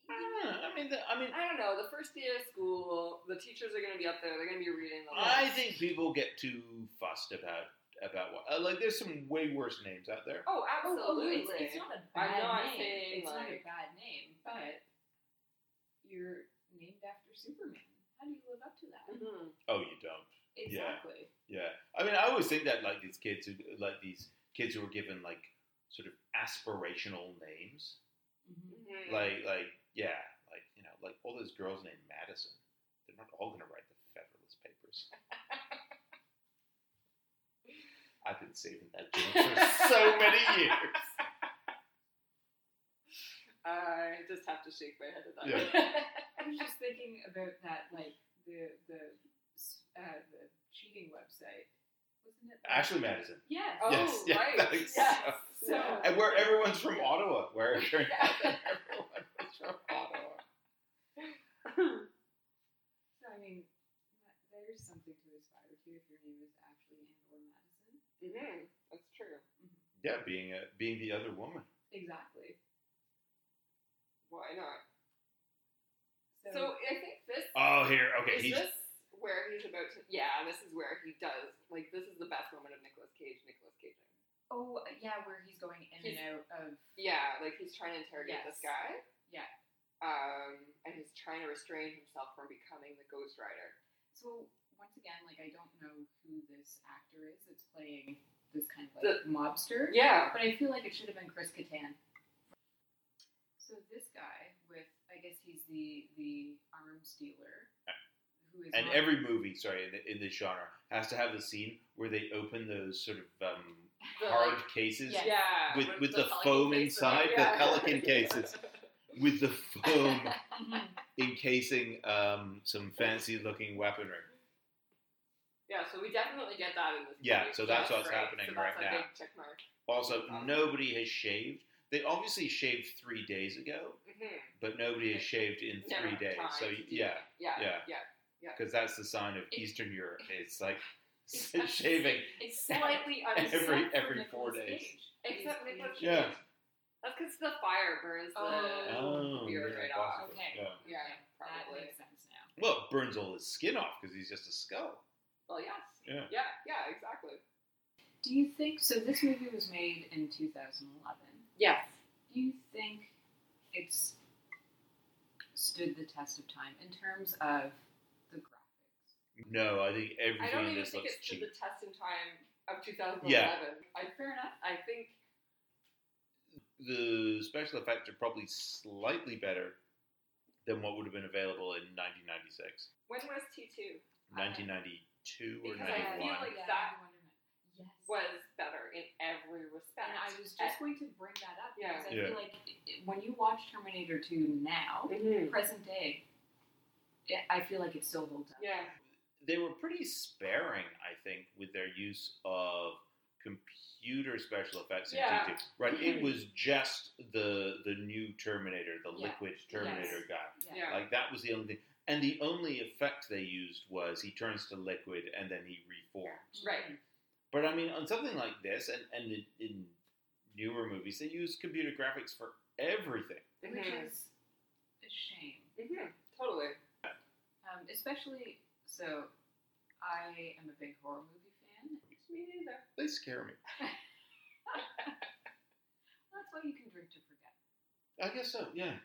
A: I don't know. I mean, the, I mean,
C: I don't know. The first day of school, the teachers are going to be up there. They're going to be reading the.
A: I
C: list.
A: think people get too fussed about about what. Uh, like, there's some way worse names out there.
C: Oh,
B: Oh, oh,
C: absolutely.
B: it's, it's not a
C: I'm
B: bad
C: not
B: name.
C: saying,
B: it's not a
C: like-
B: bad name, but you're named after Superman. How do you live up to that?
C: Mhm.
A: Oh, you don't.
B: Exactly.
A: Yeah, I mean, I always think that like these kids who like these kids who were given like sort of aspirational names,
B: Mhm.
C: Mhm.
A: like like yeah, like you know, like all those girls named Madison. They're not all going to write the Federalist Papers.
C: *laughs*
A: I've been saving that joke
C: *laughs*
A: for so many years.
C: I just have to shake my head at that. *laughs*
B: I was just thinking about that, like the the uh, the cheating website, wasn't it?
A: Ashley Madison.
B: Yes.
C: oh,
A: Yes, yeah,
C: right.
A: *laughs* that
C: yes.
A: is
B: so-
C: Yeah.
A: And where everyone's from Ottawa, where everyone
C: *laughs* Yeah.
A: was from Ottawa.
B: So I mean, that- there's something to aspire to if your name is Ashley and or Madison.
C: Mhm. That's true.
A: Yeah, being a, being the other woman.
B: Exactly.
C: Why not?
B: So,
C: So I think this
A: Oh, here, okay,
C: is
A: he's
C: this where he's about to. Yeah, this is where he does. Like, this is the best moment of Nicolas Cage. Nicolas Cage.
B: oh yeah, where he's going in
C: He's-
B: and out of
C: Yeah, like he's trying to interrogate
B: Yes.
C: this guy.
B: Yeah.
C: Um, and he's trying to restrain himself from becoming the Ghost Rider.
B: So once again, like I don't know who this actor is that's playing this kind of like
C: The-
B: mobster.
C: Yeah.
B: But I feel like it should have been Chris Kattan. So this guy with I guess he's the the arms dealer who is
A: and
B: not- *laughs*
A: every movie, sorry, in, the, in this genre has to have the scene where they open those sort of um,
C: The,
A: hard
C: like-
A: cases
B: Yeah.
C: yeah.
A: with
C: when
A: with the,
C: pelican
A: foam
C: face was-
A: inside,
C: yeah.
A: the pelican
C: *laughs*
A: cases with the foam
B: Mhm.
A: encasing um, some fancy looking weaponry.
C: Yeah, so we definitely get that in this.
A: Yeah,
C: movie.
A: so that's
C: Yes,
A: what's
C: right.
A: happening
C: so
A: right
C: that's a
A: now.
C: Big check mark.
A: Also,
C: Awesome.
A: nobody has shaved. They obviously shaved three days ago,
C: Mhm.
A: but nobody has shaved in
C: Never
A: three
C: had
A: days.
C: time
A: So
C: to do
A: yeah,
C: that. yeah,
A: yeah.
C: yeah.
A: because that's the sign of
B: It-
A: Eastern Europe. It's like *laughs*
B: It's-
A: shaving.
B: It's
A: *laughs*
C: Slightly
A: Every-
C: unsettling.
B: *laughs* except for
A: every four
B: Nicolas
A: days.
B: Cage.
C: Except
B: He's-
C: Nicolas
A: Yeah.
C: Cage. That's because the fire burns the beard
A: Oh,
B: Oh.
A: yeah,
C: right off.
A: possibly,
B: Okay.
A: yeah.
C: Yeah,
B: that
C: probably.
B: makes sense now.
A: Well, it burns all his skin off because he's just a skull.
C: Well, yes.
A: Yeah.
C: Yeah, yeah, exactly.
B: Do you think so? This movie was made in 2011.
C: Yes.
B: Do you think it's stood the test of time in terms of the graphics?
A: No, I think
C: I
A: everything
C: don't
A: in
C: even
A: this
C: think
A: looks
C: it's to
A: cheap.
C: the test in time of 2011. I, fair enough. I think
A: the special effects are probably slightly better than what would have been available in 1996,
C: when was T2
A: 1992 or
C: Because I feel
A: 91.
C: like that
B: Yes.
C: was better in every respect. Eh.
B: and I was just going to bring that up
C: Yeah.
B: because I
A: Yeah.
B: feel like it- it- when you watch Terminator 2 now,
C: Mhm.
B: present day, it, I feel like it still holds up.
C: Yeah.
A: They were pretty sparing, I think, with their use of computer special effects in
C: Yeah. Hmm.
A: T2. Right, it was just the the new Terminator, the
B: Yeah.
A: liquid Terminator
B: Yes.
A: guy.
C: Yeah.
A: Like that was the only thing. And the only effect they used was he turns to liquid and then he reforms.
B: Mm-hmm.
C: Right.
A: But I mean, on something like this, and, and in, in newer movies, they use computer graphics for everything.
B: Which
C: Mhm.
B: is a shame.
C: Mhm. Totally.
B: Um, especially, so I am a big horror movie fan.
C: Me neither.
A: They scare me.
B: That's why you can drink to forget.
A: I guess so. Yeah.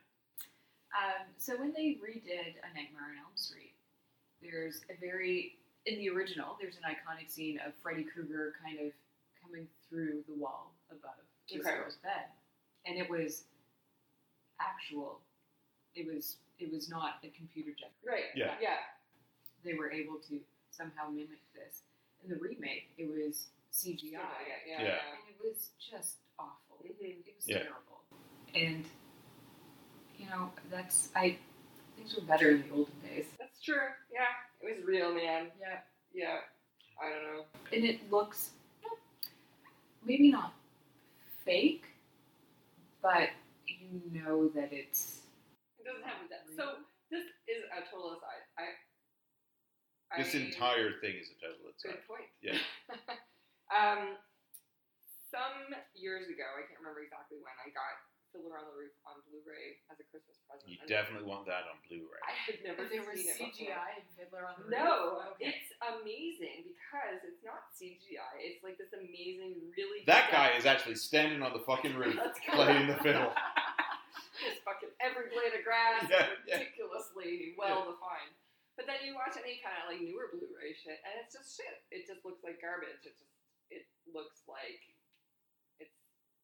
B: Um, so when they redid A Nightmare on Elm Street, there's a very in the original. There's an iconic scene of Freddy Krueger kind of coming through the wall above this
C: Okay.
B: girl's bed, and it was actual. It was it was not a computer generated.
C: Right.
A: Yeah.
C: Yeah.
B: They were able to somehow mimic this in the remake. It was CGI,
C: Yeah.
A: Yeah.
B: and it was just awful.
C: Mhm.
B: It was
A: Yeah.
B: terrible. And you know, that's I things were better in the olden days.
C: That's true. Yeah. It was real, man.
B: Yeah.
C: Yeah. I don't know.
B: And it looks no, maybe not fake, but you know that it's
C: It doesn't happen that. So this is a total aside. I.
A: This
C: I-
A: entire thing is a total
C: Good
A: aside.
C: point.
A: Yeah.
C: *laughs* um, some years ago, I can't remember exactly when, I got Fiddler on the Roof on Blu-ray as a Christmas present.
A: You
C: And
A: definitely want that on Blu-ray.
C: I had never seen it before.
B: and Fiddler on
C: No,
B: Okay.
C: it's amazing because it's not CGI. It's like this amazing, really. *laughs*
A: That guy is actually standing on the fucking roof
C: That's
A: playing the fiddle.
C: Just fucking every blade of grass,
A: Yeah, yeah.
C: ridiculously well defined. But then you watch any kind of like newer Blu-ray shit, and it's just shit. It just looks like garbage. It just it looks like it's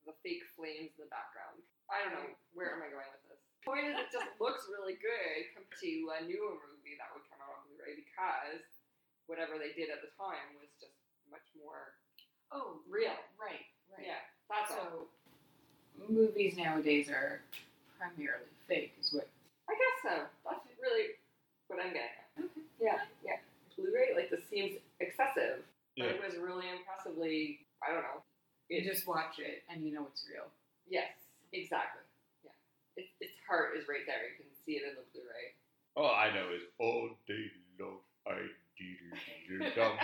C: the fake flames in the background. I don't know where am I going with this. The point is, it just looks really good compared to a newer movie that would come out on Blu-ray because whatever they did at the time was just much more
B: Oh,
C: real.
B: right, right.
C: Yeah, that's all.
B: So movies nowadays are primarily fake is what
C: I guess so. That's really what I'm getting at. Yeah, yeah. Blu-ray, like this seems excessive, but
A: Yeah.
C: it was really impressively. I don't know.
B: you
C: It
B: just watch it and you know it's real.
C: yes, exactly. Yeah, it, its heart is right there. You can see it in the Blu-ray.
A: All I know is all day long I
C: *laughs*
A: did dumb.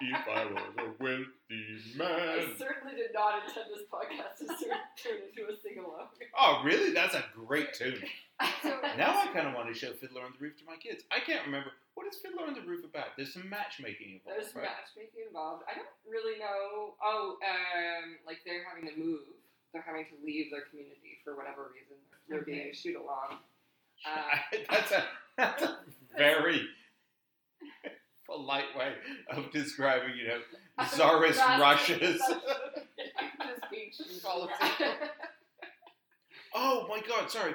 A: If I was a wealthy
C: I
A: man.
C: certainly did not intend this podcast to turn, *laughs* turn into a sing-along.
A: Oh, really? That's a great tune.
C: *laughs*
B: So-
A: Now I kind of want to show Fiddler on the Roof to my kids. I can't remember what is Fiddler on the Roof about. There's some matchmaking involved,
C: There's
A: right?
C: matchmaking involved. I don't really know. Oh, um, like they're having to move. They're having to leave their community for whatever reason. They're being
B: Okay.
C: shoot
A: *laughs*
C: along. uh,
A: that's, a, that's
C: *laughs*
A: a very *laughs* polite way of describing,
C: *laughs*
A: you know, czarist Russia's
C: Um,
A: *laughs*
B: Just *laughs* being cheap.
A: politics. Oh my God! Sorry,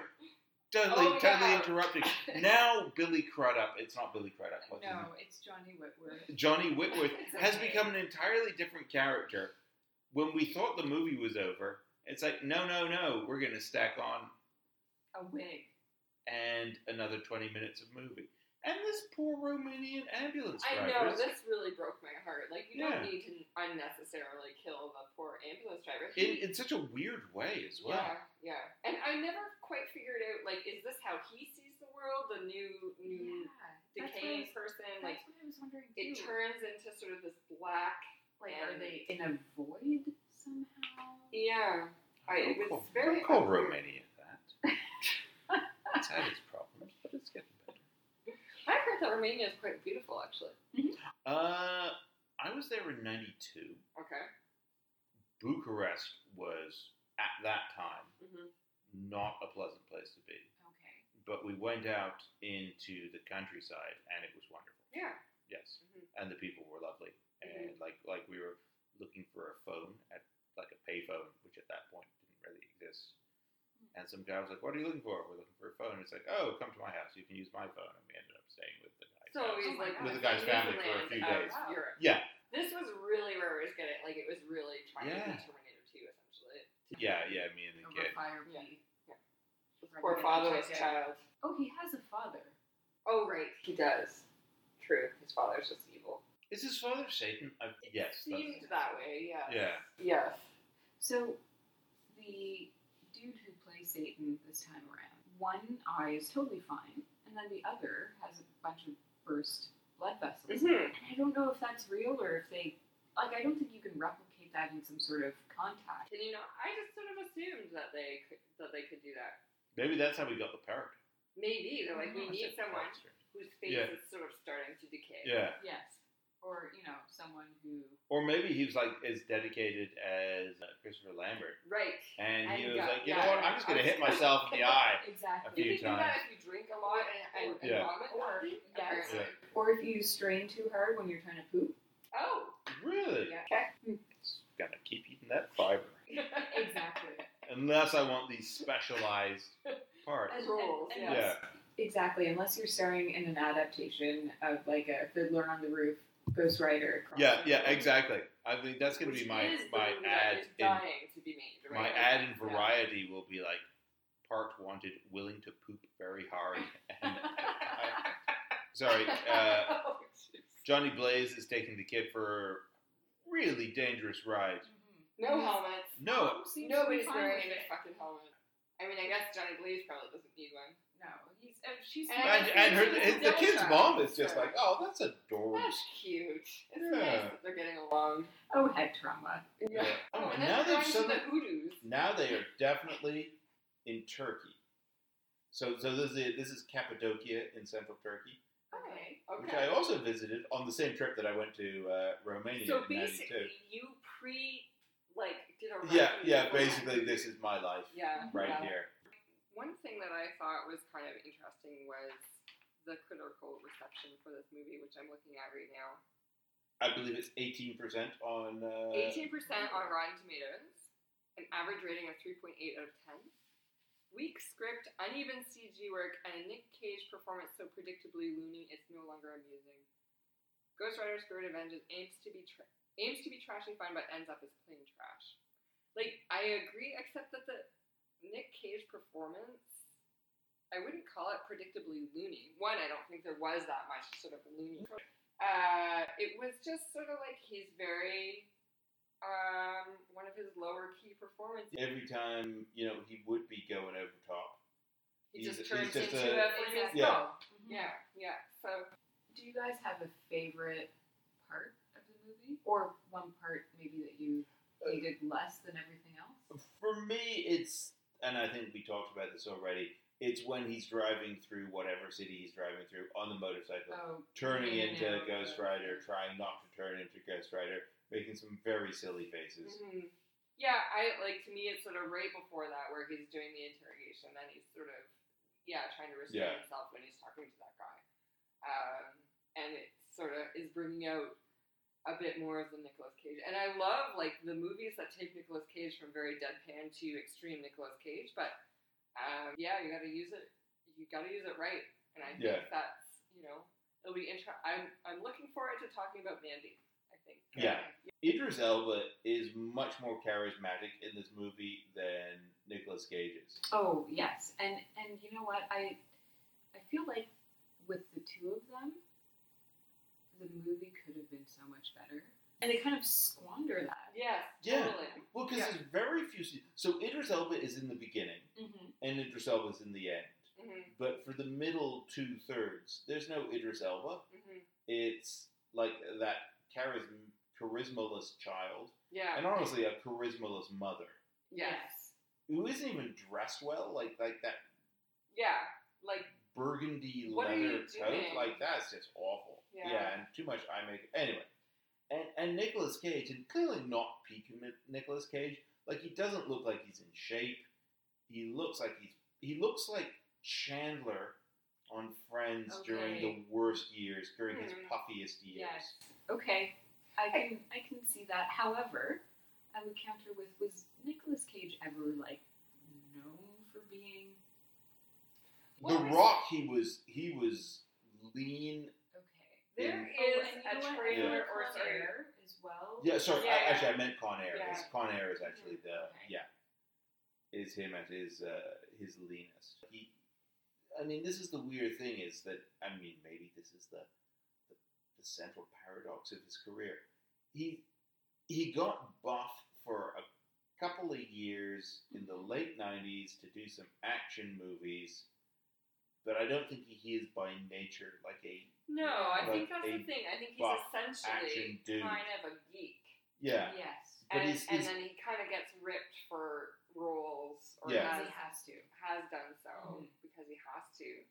A: totally,
C: Oh,
A: totally
C: yeah. *laughs*
A: interrupting. Now Billy Crudup. It's not Billy Crudup. What's his
B: No, it's Johnny Whitworth.
C: *laughs*
A: name? Johnny Whitworth
B: It's
A: has
B: okay.
A: become an entirely different character. When we thought the movie was over, it's like no, no, no. We're going to stack on
B: a *laughs* wig.
A: and another 20 minutes of movie. And this poor Romanian ambulance
C: I know
A: driver. is-
C: this really broke my heart. Like you
A: Yeah.
C: don't need to unnecessarily kill the poor ambulance driver.
A: in, in such a weird way as well.
C: Yeah, yeah. And I never quite figured out. Like, is this how he sees the world? The new, new
B: that's what I
C: decaying
B: was,
C: person.
B: that's
C: Like
B: what I was wondering too.
C: it turns into sort of this black.
B: like,
C: and-
B: are they in a void somehow?
C: Yeah. I,
A: Don't
C: it was
A: call,
C: very
A: don't call
C: awkward.
A: Romania that. it's had its problems, but it's getting better.
C: I heard that Romania is quite beautiful, actually.
A: Uh, I was there in '92.
C: Okay.
A: Bucharest was at that time
C: Mm-hmm.
A: not a pleasant place to be,
B: Okay.
A: but we went out into the countryside and it was wonderful.
C: Yeah.
A: Yes,
C: Mhm.
A: and the people were lovely,
C: Mm-hmm.
A: and like like we were looking for a phone at like a payphone, which at that point didn't really exist.
B: Hmm.
A: And some guy was like, "What are you looking for?" We're looking for a phone. It's like, "Oh, come to my house. You can use my phone." And we ended up staying with the guy.
C: So he's like
A: With the guy's family for a
C: Disneyland
A: few
C: of
A: days.
C: Europe.
A: yeah,
C: This was really where it was getting like it was really trying to
A: Yeah.
C: be Terminator 2 essentially.
A: yeah, yeah. Me and the
B: Over
A: kid.
B: fire
C: Yeah.
B: pit.
C: Poor
B: Right.
C: fatherless
B: Yeah.
C: child.
B: Oh, he has a father.
C: Oh right, he does. True, his father's just evil.
A: Is his father Satan? I, Uh, yes. that's-
C: Seemed that way. Yes.
A: Yeah.
C: Yes.
B: So the dude who plays Satan this time around, one eye is totally fine, and then the other has a bunch of burst blood vessels.
C: Mhm.
B: And I don't know if that's real or if they like. I don't think you can replicate that in some sort of contact.
C: And you know, I just sort of assumed that they could, that they could do that.
A: Maybe that's how we got the parrot.
C: Maybe they're like,
B: Oh,
C: we
A: I
C: need
A: said
C: someone
A: parrot, sorry.
C: whose face
A: Mm-hmm. Yeah.
C: is sort of starting to decay.
A: Yeah.
B: Yes, or you know, someone who
A: Or maybe he was like as dedicated as uh, Christopher Lambert,
C: Right.
A: and he
C: And
A: was
C: got-
A: like, you
C: yeah,
A: know what? I'm just gonna
C: I'm
A: hit
C: just-
A: myself in
C: *laughs*
A: the eye.
B: exactly,
A: few
C: You can do that
A: times.
C: if you drink a lot and, and, and
A: Yeah.
C: vomit.
B: Or-
C: often,
B: yes.
C: apparently.
A: Yeah.
B: or if you strain too hard when you're trying to poop.
C: Oh.
A: Really?
C: Yeah. Okay.
A: It's gonna keep eating that fiber.
B: *laughs* Exactly.
A: Unless I want these
C: *laughs*
A: specialized parts.
B: And-
C: Rules,
B: and-
A: Yeah.
B: and Exactly, unless you're starring in an adaptation of like a Fiddler on the Roof, Ghost Rider. Crossing
A: Yeah. Yeah.
B: Over.
A: Exactly. I think that's gonna
C: Which
A: be my
C: is the
A: my
C: movie that
A: ad
C: is
A: in
C: dying to be made. Right?
A: my
C: Like,
A: ad in
C: yeah.
A: Variety will be like, part wanted, willing to poop very hard.
C: *laughs*
A: *laughs* And, sorry.
B: *laughs*
A: Uh,
C: Oh, jeez.
A: Johnny Blaze is taking the kid for a really dangerous ride.
B: Mhm.
C: no helmets.
A: No,
B: Mom seems to be
C: Nobody's
B: fine
C: wearing
B: with
C: a
B: Mm-hmm. it.
C: fucking helmet. I mean, I guess Johnny Blaze probably doesn't need one.
B: No, he's uh, she's
C: And
A: and, and her his, the kid's mom is just like, oh, that's adorable.
C: That's cute. It's nice
A: Yeah.
C: that they're getting along.
B: oh head trauma.
A: Yeah.
C: Oh,
A: Oh,
C: and then
A: now they've
C: they're going to
A: sudden-
C: the hoodoos.
A: Now they are definitely in Turkey. So, so this is this is Cappadocia in central Turkey,
B: Okay,
A: which
C: Okay.
A: I also visited on the same trip that I went to uh, Romania
C: So
A: in '92.
C: basically, you pre like did a
A: Yeah,
C: resume
A: yeah.
C: for that.
A: Basically, this is my life
C: yeah
A: right
C: yeah.
A: here.
C: One thing that I thought was kind of interesting was the critical reception for this movie, which I'm looking at right now.
A: I believe it's 18 percent on. Uh,
C: Eighteen percent on Rotten Tomatoes, an average rating of three point eight out of ten. Weak script, uneven CG work, and a Nick Cage performance so predictably loony it's no longer amusing. Ghost Rider: Spirit of Vengeance aims to be tra- aims to be trashy fun, but ends up as plain trash. Like I agree, except that the Nick Cage performance, I wouldn't call it predictably loony. One, I don't think there was that much sort of loony. Uh, it was just sort of like he's very um, one of his lower key performances.
A: Every time you know he would be going over top.
C: He
A: He's-
C: just
A: he's
C: turns
A: just
C: into
A: a-
C: a, famous
A: Yeah.
C: doll.
B: Mhm.
C: Yeah, yeah. So
B: Do you guys have a favorite part of the movie, or one part maybe that you hated less than everything else?
A: For me, it's, and I think we talked about this already, it's when he's driving through whatever city he's driving through on the motorcycle,
B: Oh,
A: turning
B: yeah,
A: into
B: yeah.
A: Ghost Rider, trying not to turn into Ghost Rider, making some very silly faces.
C: mhm. yeah, I like to me it's sort of right before that where he's doing the interrogation and he's sort of yeah trying to restrain
A: Yeah.
C: himself when he's talking to that guy, um, and it sort of is bringing out. A bit more of the Nicolas Cage, and I love like the movies that take Nicolas Cage from very deadpan to extreme Nicolas Cage. But um, yeah, you got to use it. You got to use it right, and I think
A: Yeah.
C: that's you know it'll be interesting. I'm I'm looking forward to talking about Mandy. I think.
A: Yeah. Idris Elba is much more charismatic in this movie than Nicolas Cage is.
B: Oh yes, and and you know what I, I feel like with the two of them, the movie could have been so much better, and they kind of squander that.
C: Yes.
A: Yeah.
C: Totally.
A: Well, because
C: Yeah.
A: there's very few. se- So Idris Elba is in the beginning,
B: Mm-hmm.
A: and Idris Elba is in the end.
C: Mhm,
A: But for the middle two thirds, there's no Idris Elba.
C: mhm.
A: it's like that charism, charismaless child,
C: Yeah.
A: and honestly, a charismaless mother
C: Yes.
A: who isn't even dressed well, like like that
C: Yeah. Like
A: burgundy
C: What are
A: leather
C: you
A: coat
C: doing?
A: like that's just awful.
C: Yeah.
A: and too much eye makeup. Anyway, and and Nicolas Cage, and clearly not peak Ni- Nicolas Cage. Like he doesn't look like he's in shape. He looks like he's he looks like Chandler on Friends during the
B: Okay.
A: worst years, during his
C: Hmm.
A: puffiest years.
B: Yes. Okay. I can I can see that. However, I would counter with was Nicolas Cage ever like known for being
A: The
C: Well,
A: Rock, he was he was lean.
B: okay?
C: There
B: Oh,
C: is
B: and you
C: a
B: know what?
C: trailer
B: And
C: or
B: Con
C: sorry.
B: Air as well.
A: Yeah, sorry.
C: Yeah,
A: I,
C: yeah.
A: actually, I meant Con Air.
C: Yeah.
A: It's- Con Air is actually the
B: Okay.
A: yeah, is him at his uh, his leanest. He, I mean, this is the weird thing is that I mean maybe this is the the, the central paradox of his career. He he got buff for a couple of years in the late '90s to do some action movies, but I don't think he is by nature like a
C: No, I
A: Like
C: think that's
A: a
C: the thing. I think he's
A: buff action
C: essentially
A: dude.
C: kind of a geek.
A: yeah.
B: Yes.
A: But
C: And,
A: he's-
C: and
A: he's-
C: then he kind of gets ripped for roles or
A: Yeah.
B: He
C: has,
B: has to.
C: has done so
B: Mhm.
C: because he has to.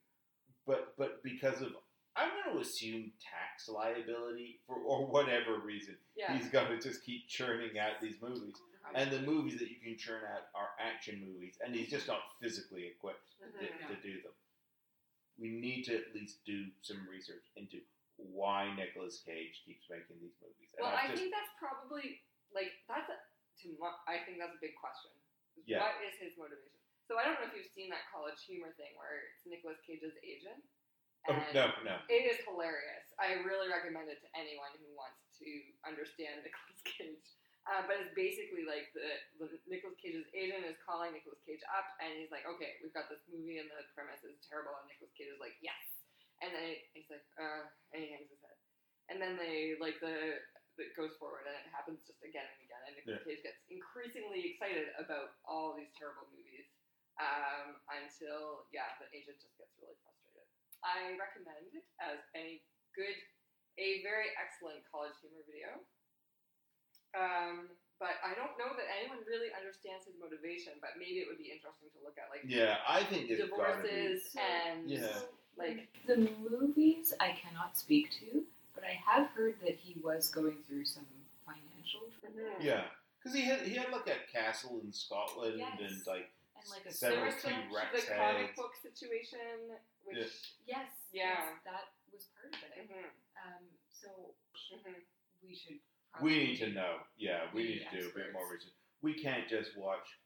A: but but because of I'm going to assume tax liability for or whatever reason,
C: Yeah.
A: he's going to just keep churning out these movies. And the movies that you can churn out are action movies, and he's just not physically equipped to,
C: Mhm.
A: to do them. We need to at least do some research into why Nicolas Cage keeps making these movies. And
C: well,
A: I've
C: I
A: just,
C: think that's probably like that's a, to mo- I think that's a big question.
A: Yeah.
C: What is his motivation? So I don't know if you've seen that college humor thing where it's Nicolas Cage's agent. and
A: oh, *laughs* no, no.
C: It is hilarious. I really recommend it to anyone who wants to understand *laughs* Nicolas Cage. Uh, but it's basically like the, the Nicolas Cage's agent is calling Nicolas Cage up, and he's like, "Okay, we've got this movie, and the premise is terrible." And Nicolas Cage is like, "Yes," and then he's like, "Uh," and he hangs his head. And then they like the it goes forward, and it happens just again and again. And Nicolas Cage gets increasingly excited about all these terrible movies um, until yeah, the agent just gets really frustrated. I recommend it as a good, a very excellent college humor video. Um, but I don't know that anyone really understands his motivation. But maybe it would be interesting to look at, like
A: Yeah, I think it's gotta be.
C: divorces and
A: Yeah.
C: like
B: The movies I cannot speak to, but I have heard that he was going through some financial trouble.
C: Mhm.
A: Yeah, because he had he had like a castle in Scotland
B: Yes.
A: and like
B: And like a
A: Several
C: there
B: silver
C: was
A: T-Rex
C: some the
A: heads.
C: comic book situation, which
B: Yes.
C: Yeah.
B: Yes, that was part of it.
C: Mhm,
B: Um, so
C: mhm.
B: we should.
A: We need to know. Yeah, we
B: We
A: need to
B: need
A: do a bit
B: experts.
A: more research. We can't just watch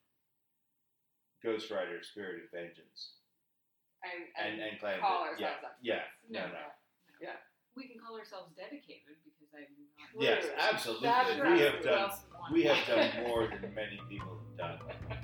A: Ghost Rider: Spirit of Vengeance
C: and,
A: and and claim
C: call
A: that, yeah,
C: ourselves up.
A: yeah,
B: No,
A: no, no.
B: We can call ourselves dedicated because I'm not.
A: Yes,
C: True.
A: absolutely.
C: That is
A: We have
C: absolutely
A: done.
B: *laughs* Who else would want
A: We
B: to-
A: have done more than many people have done.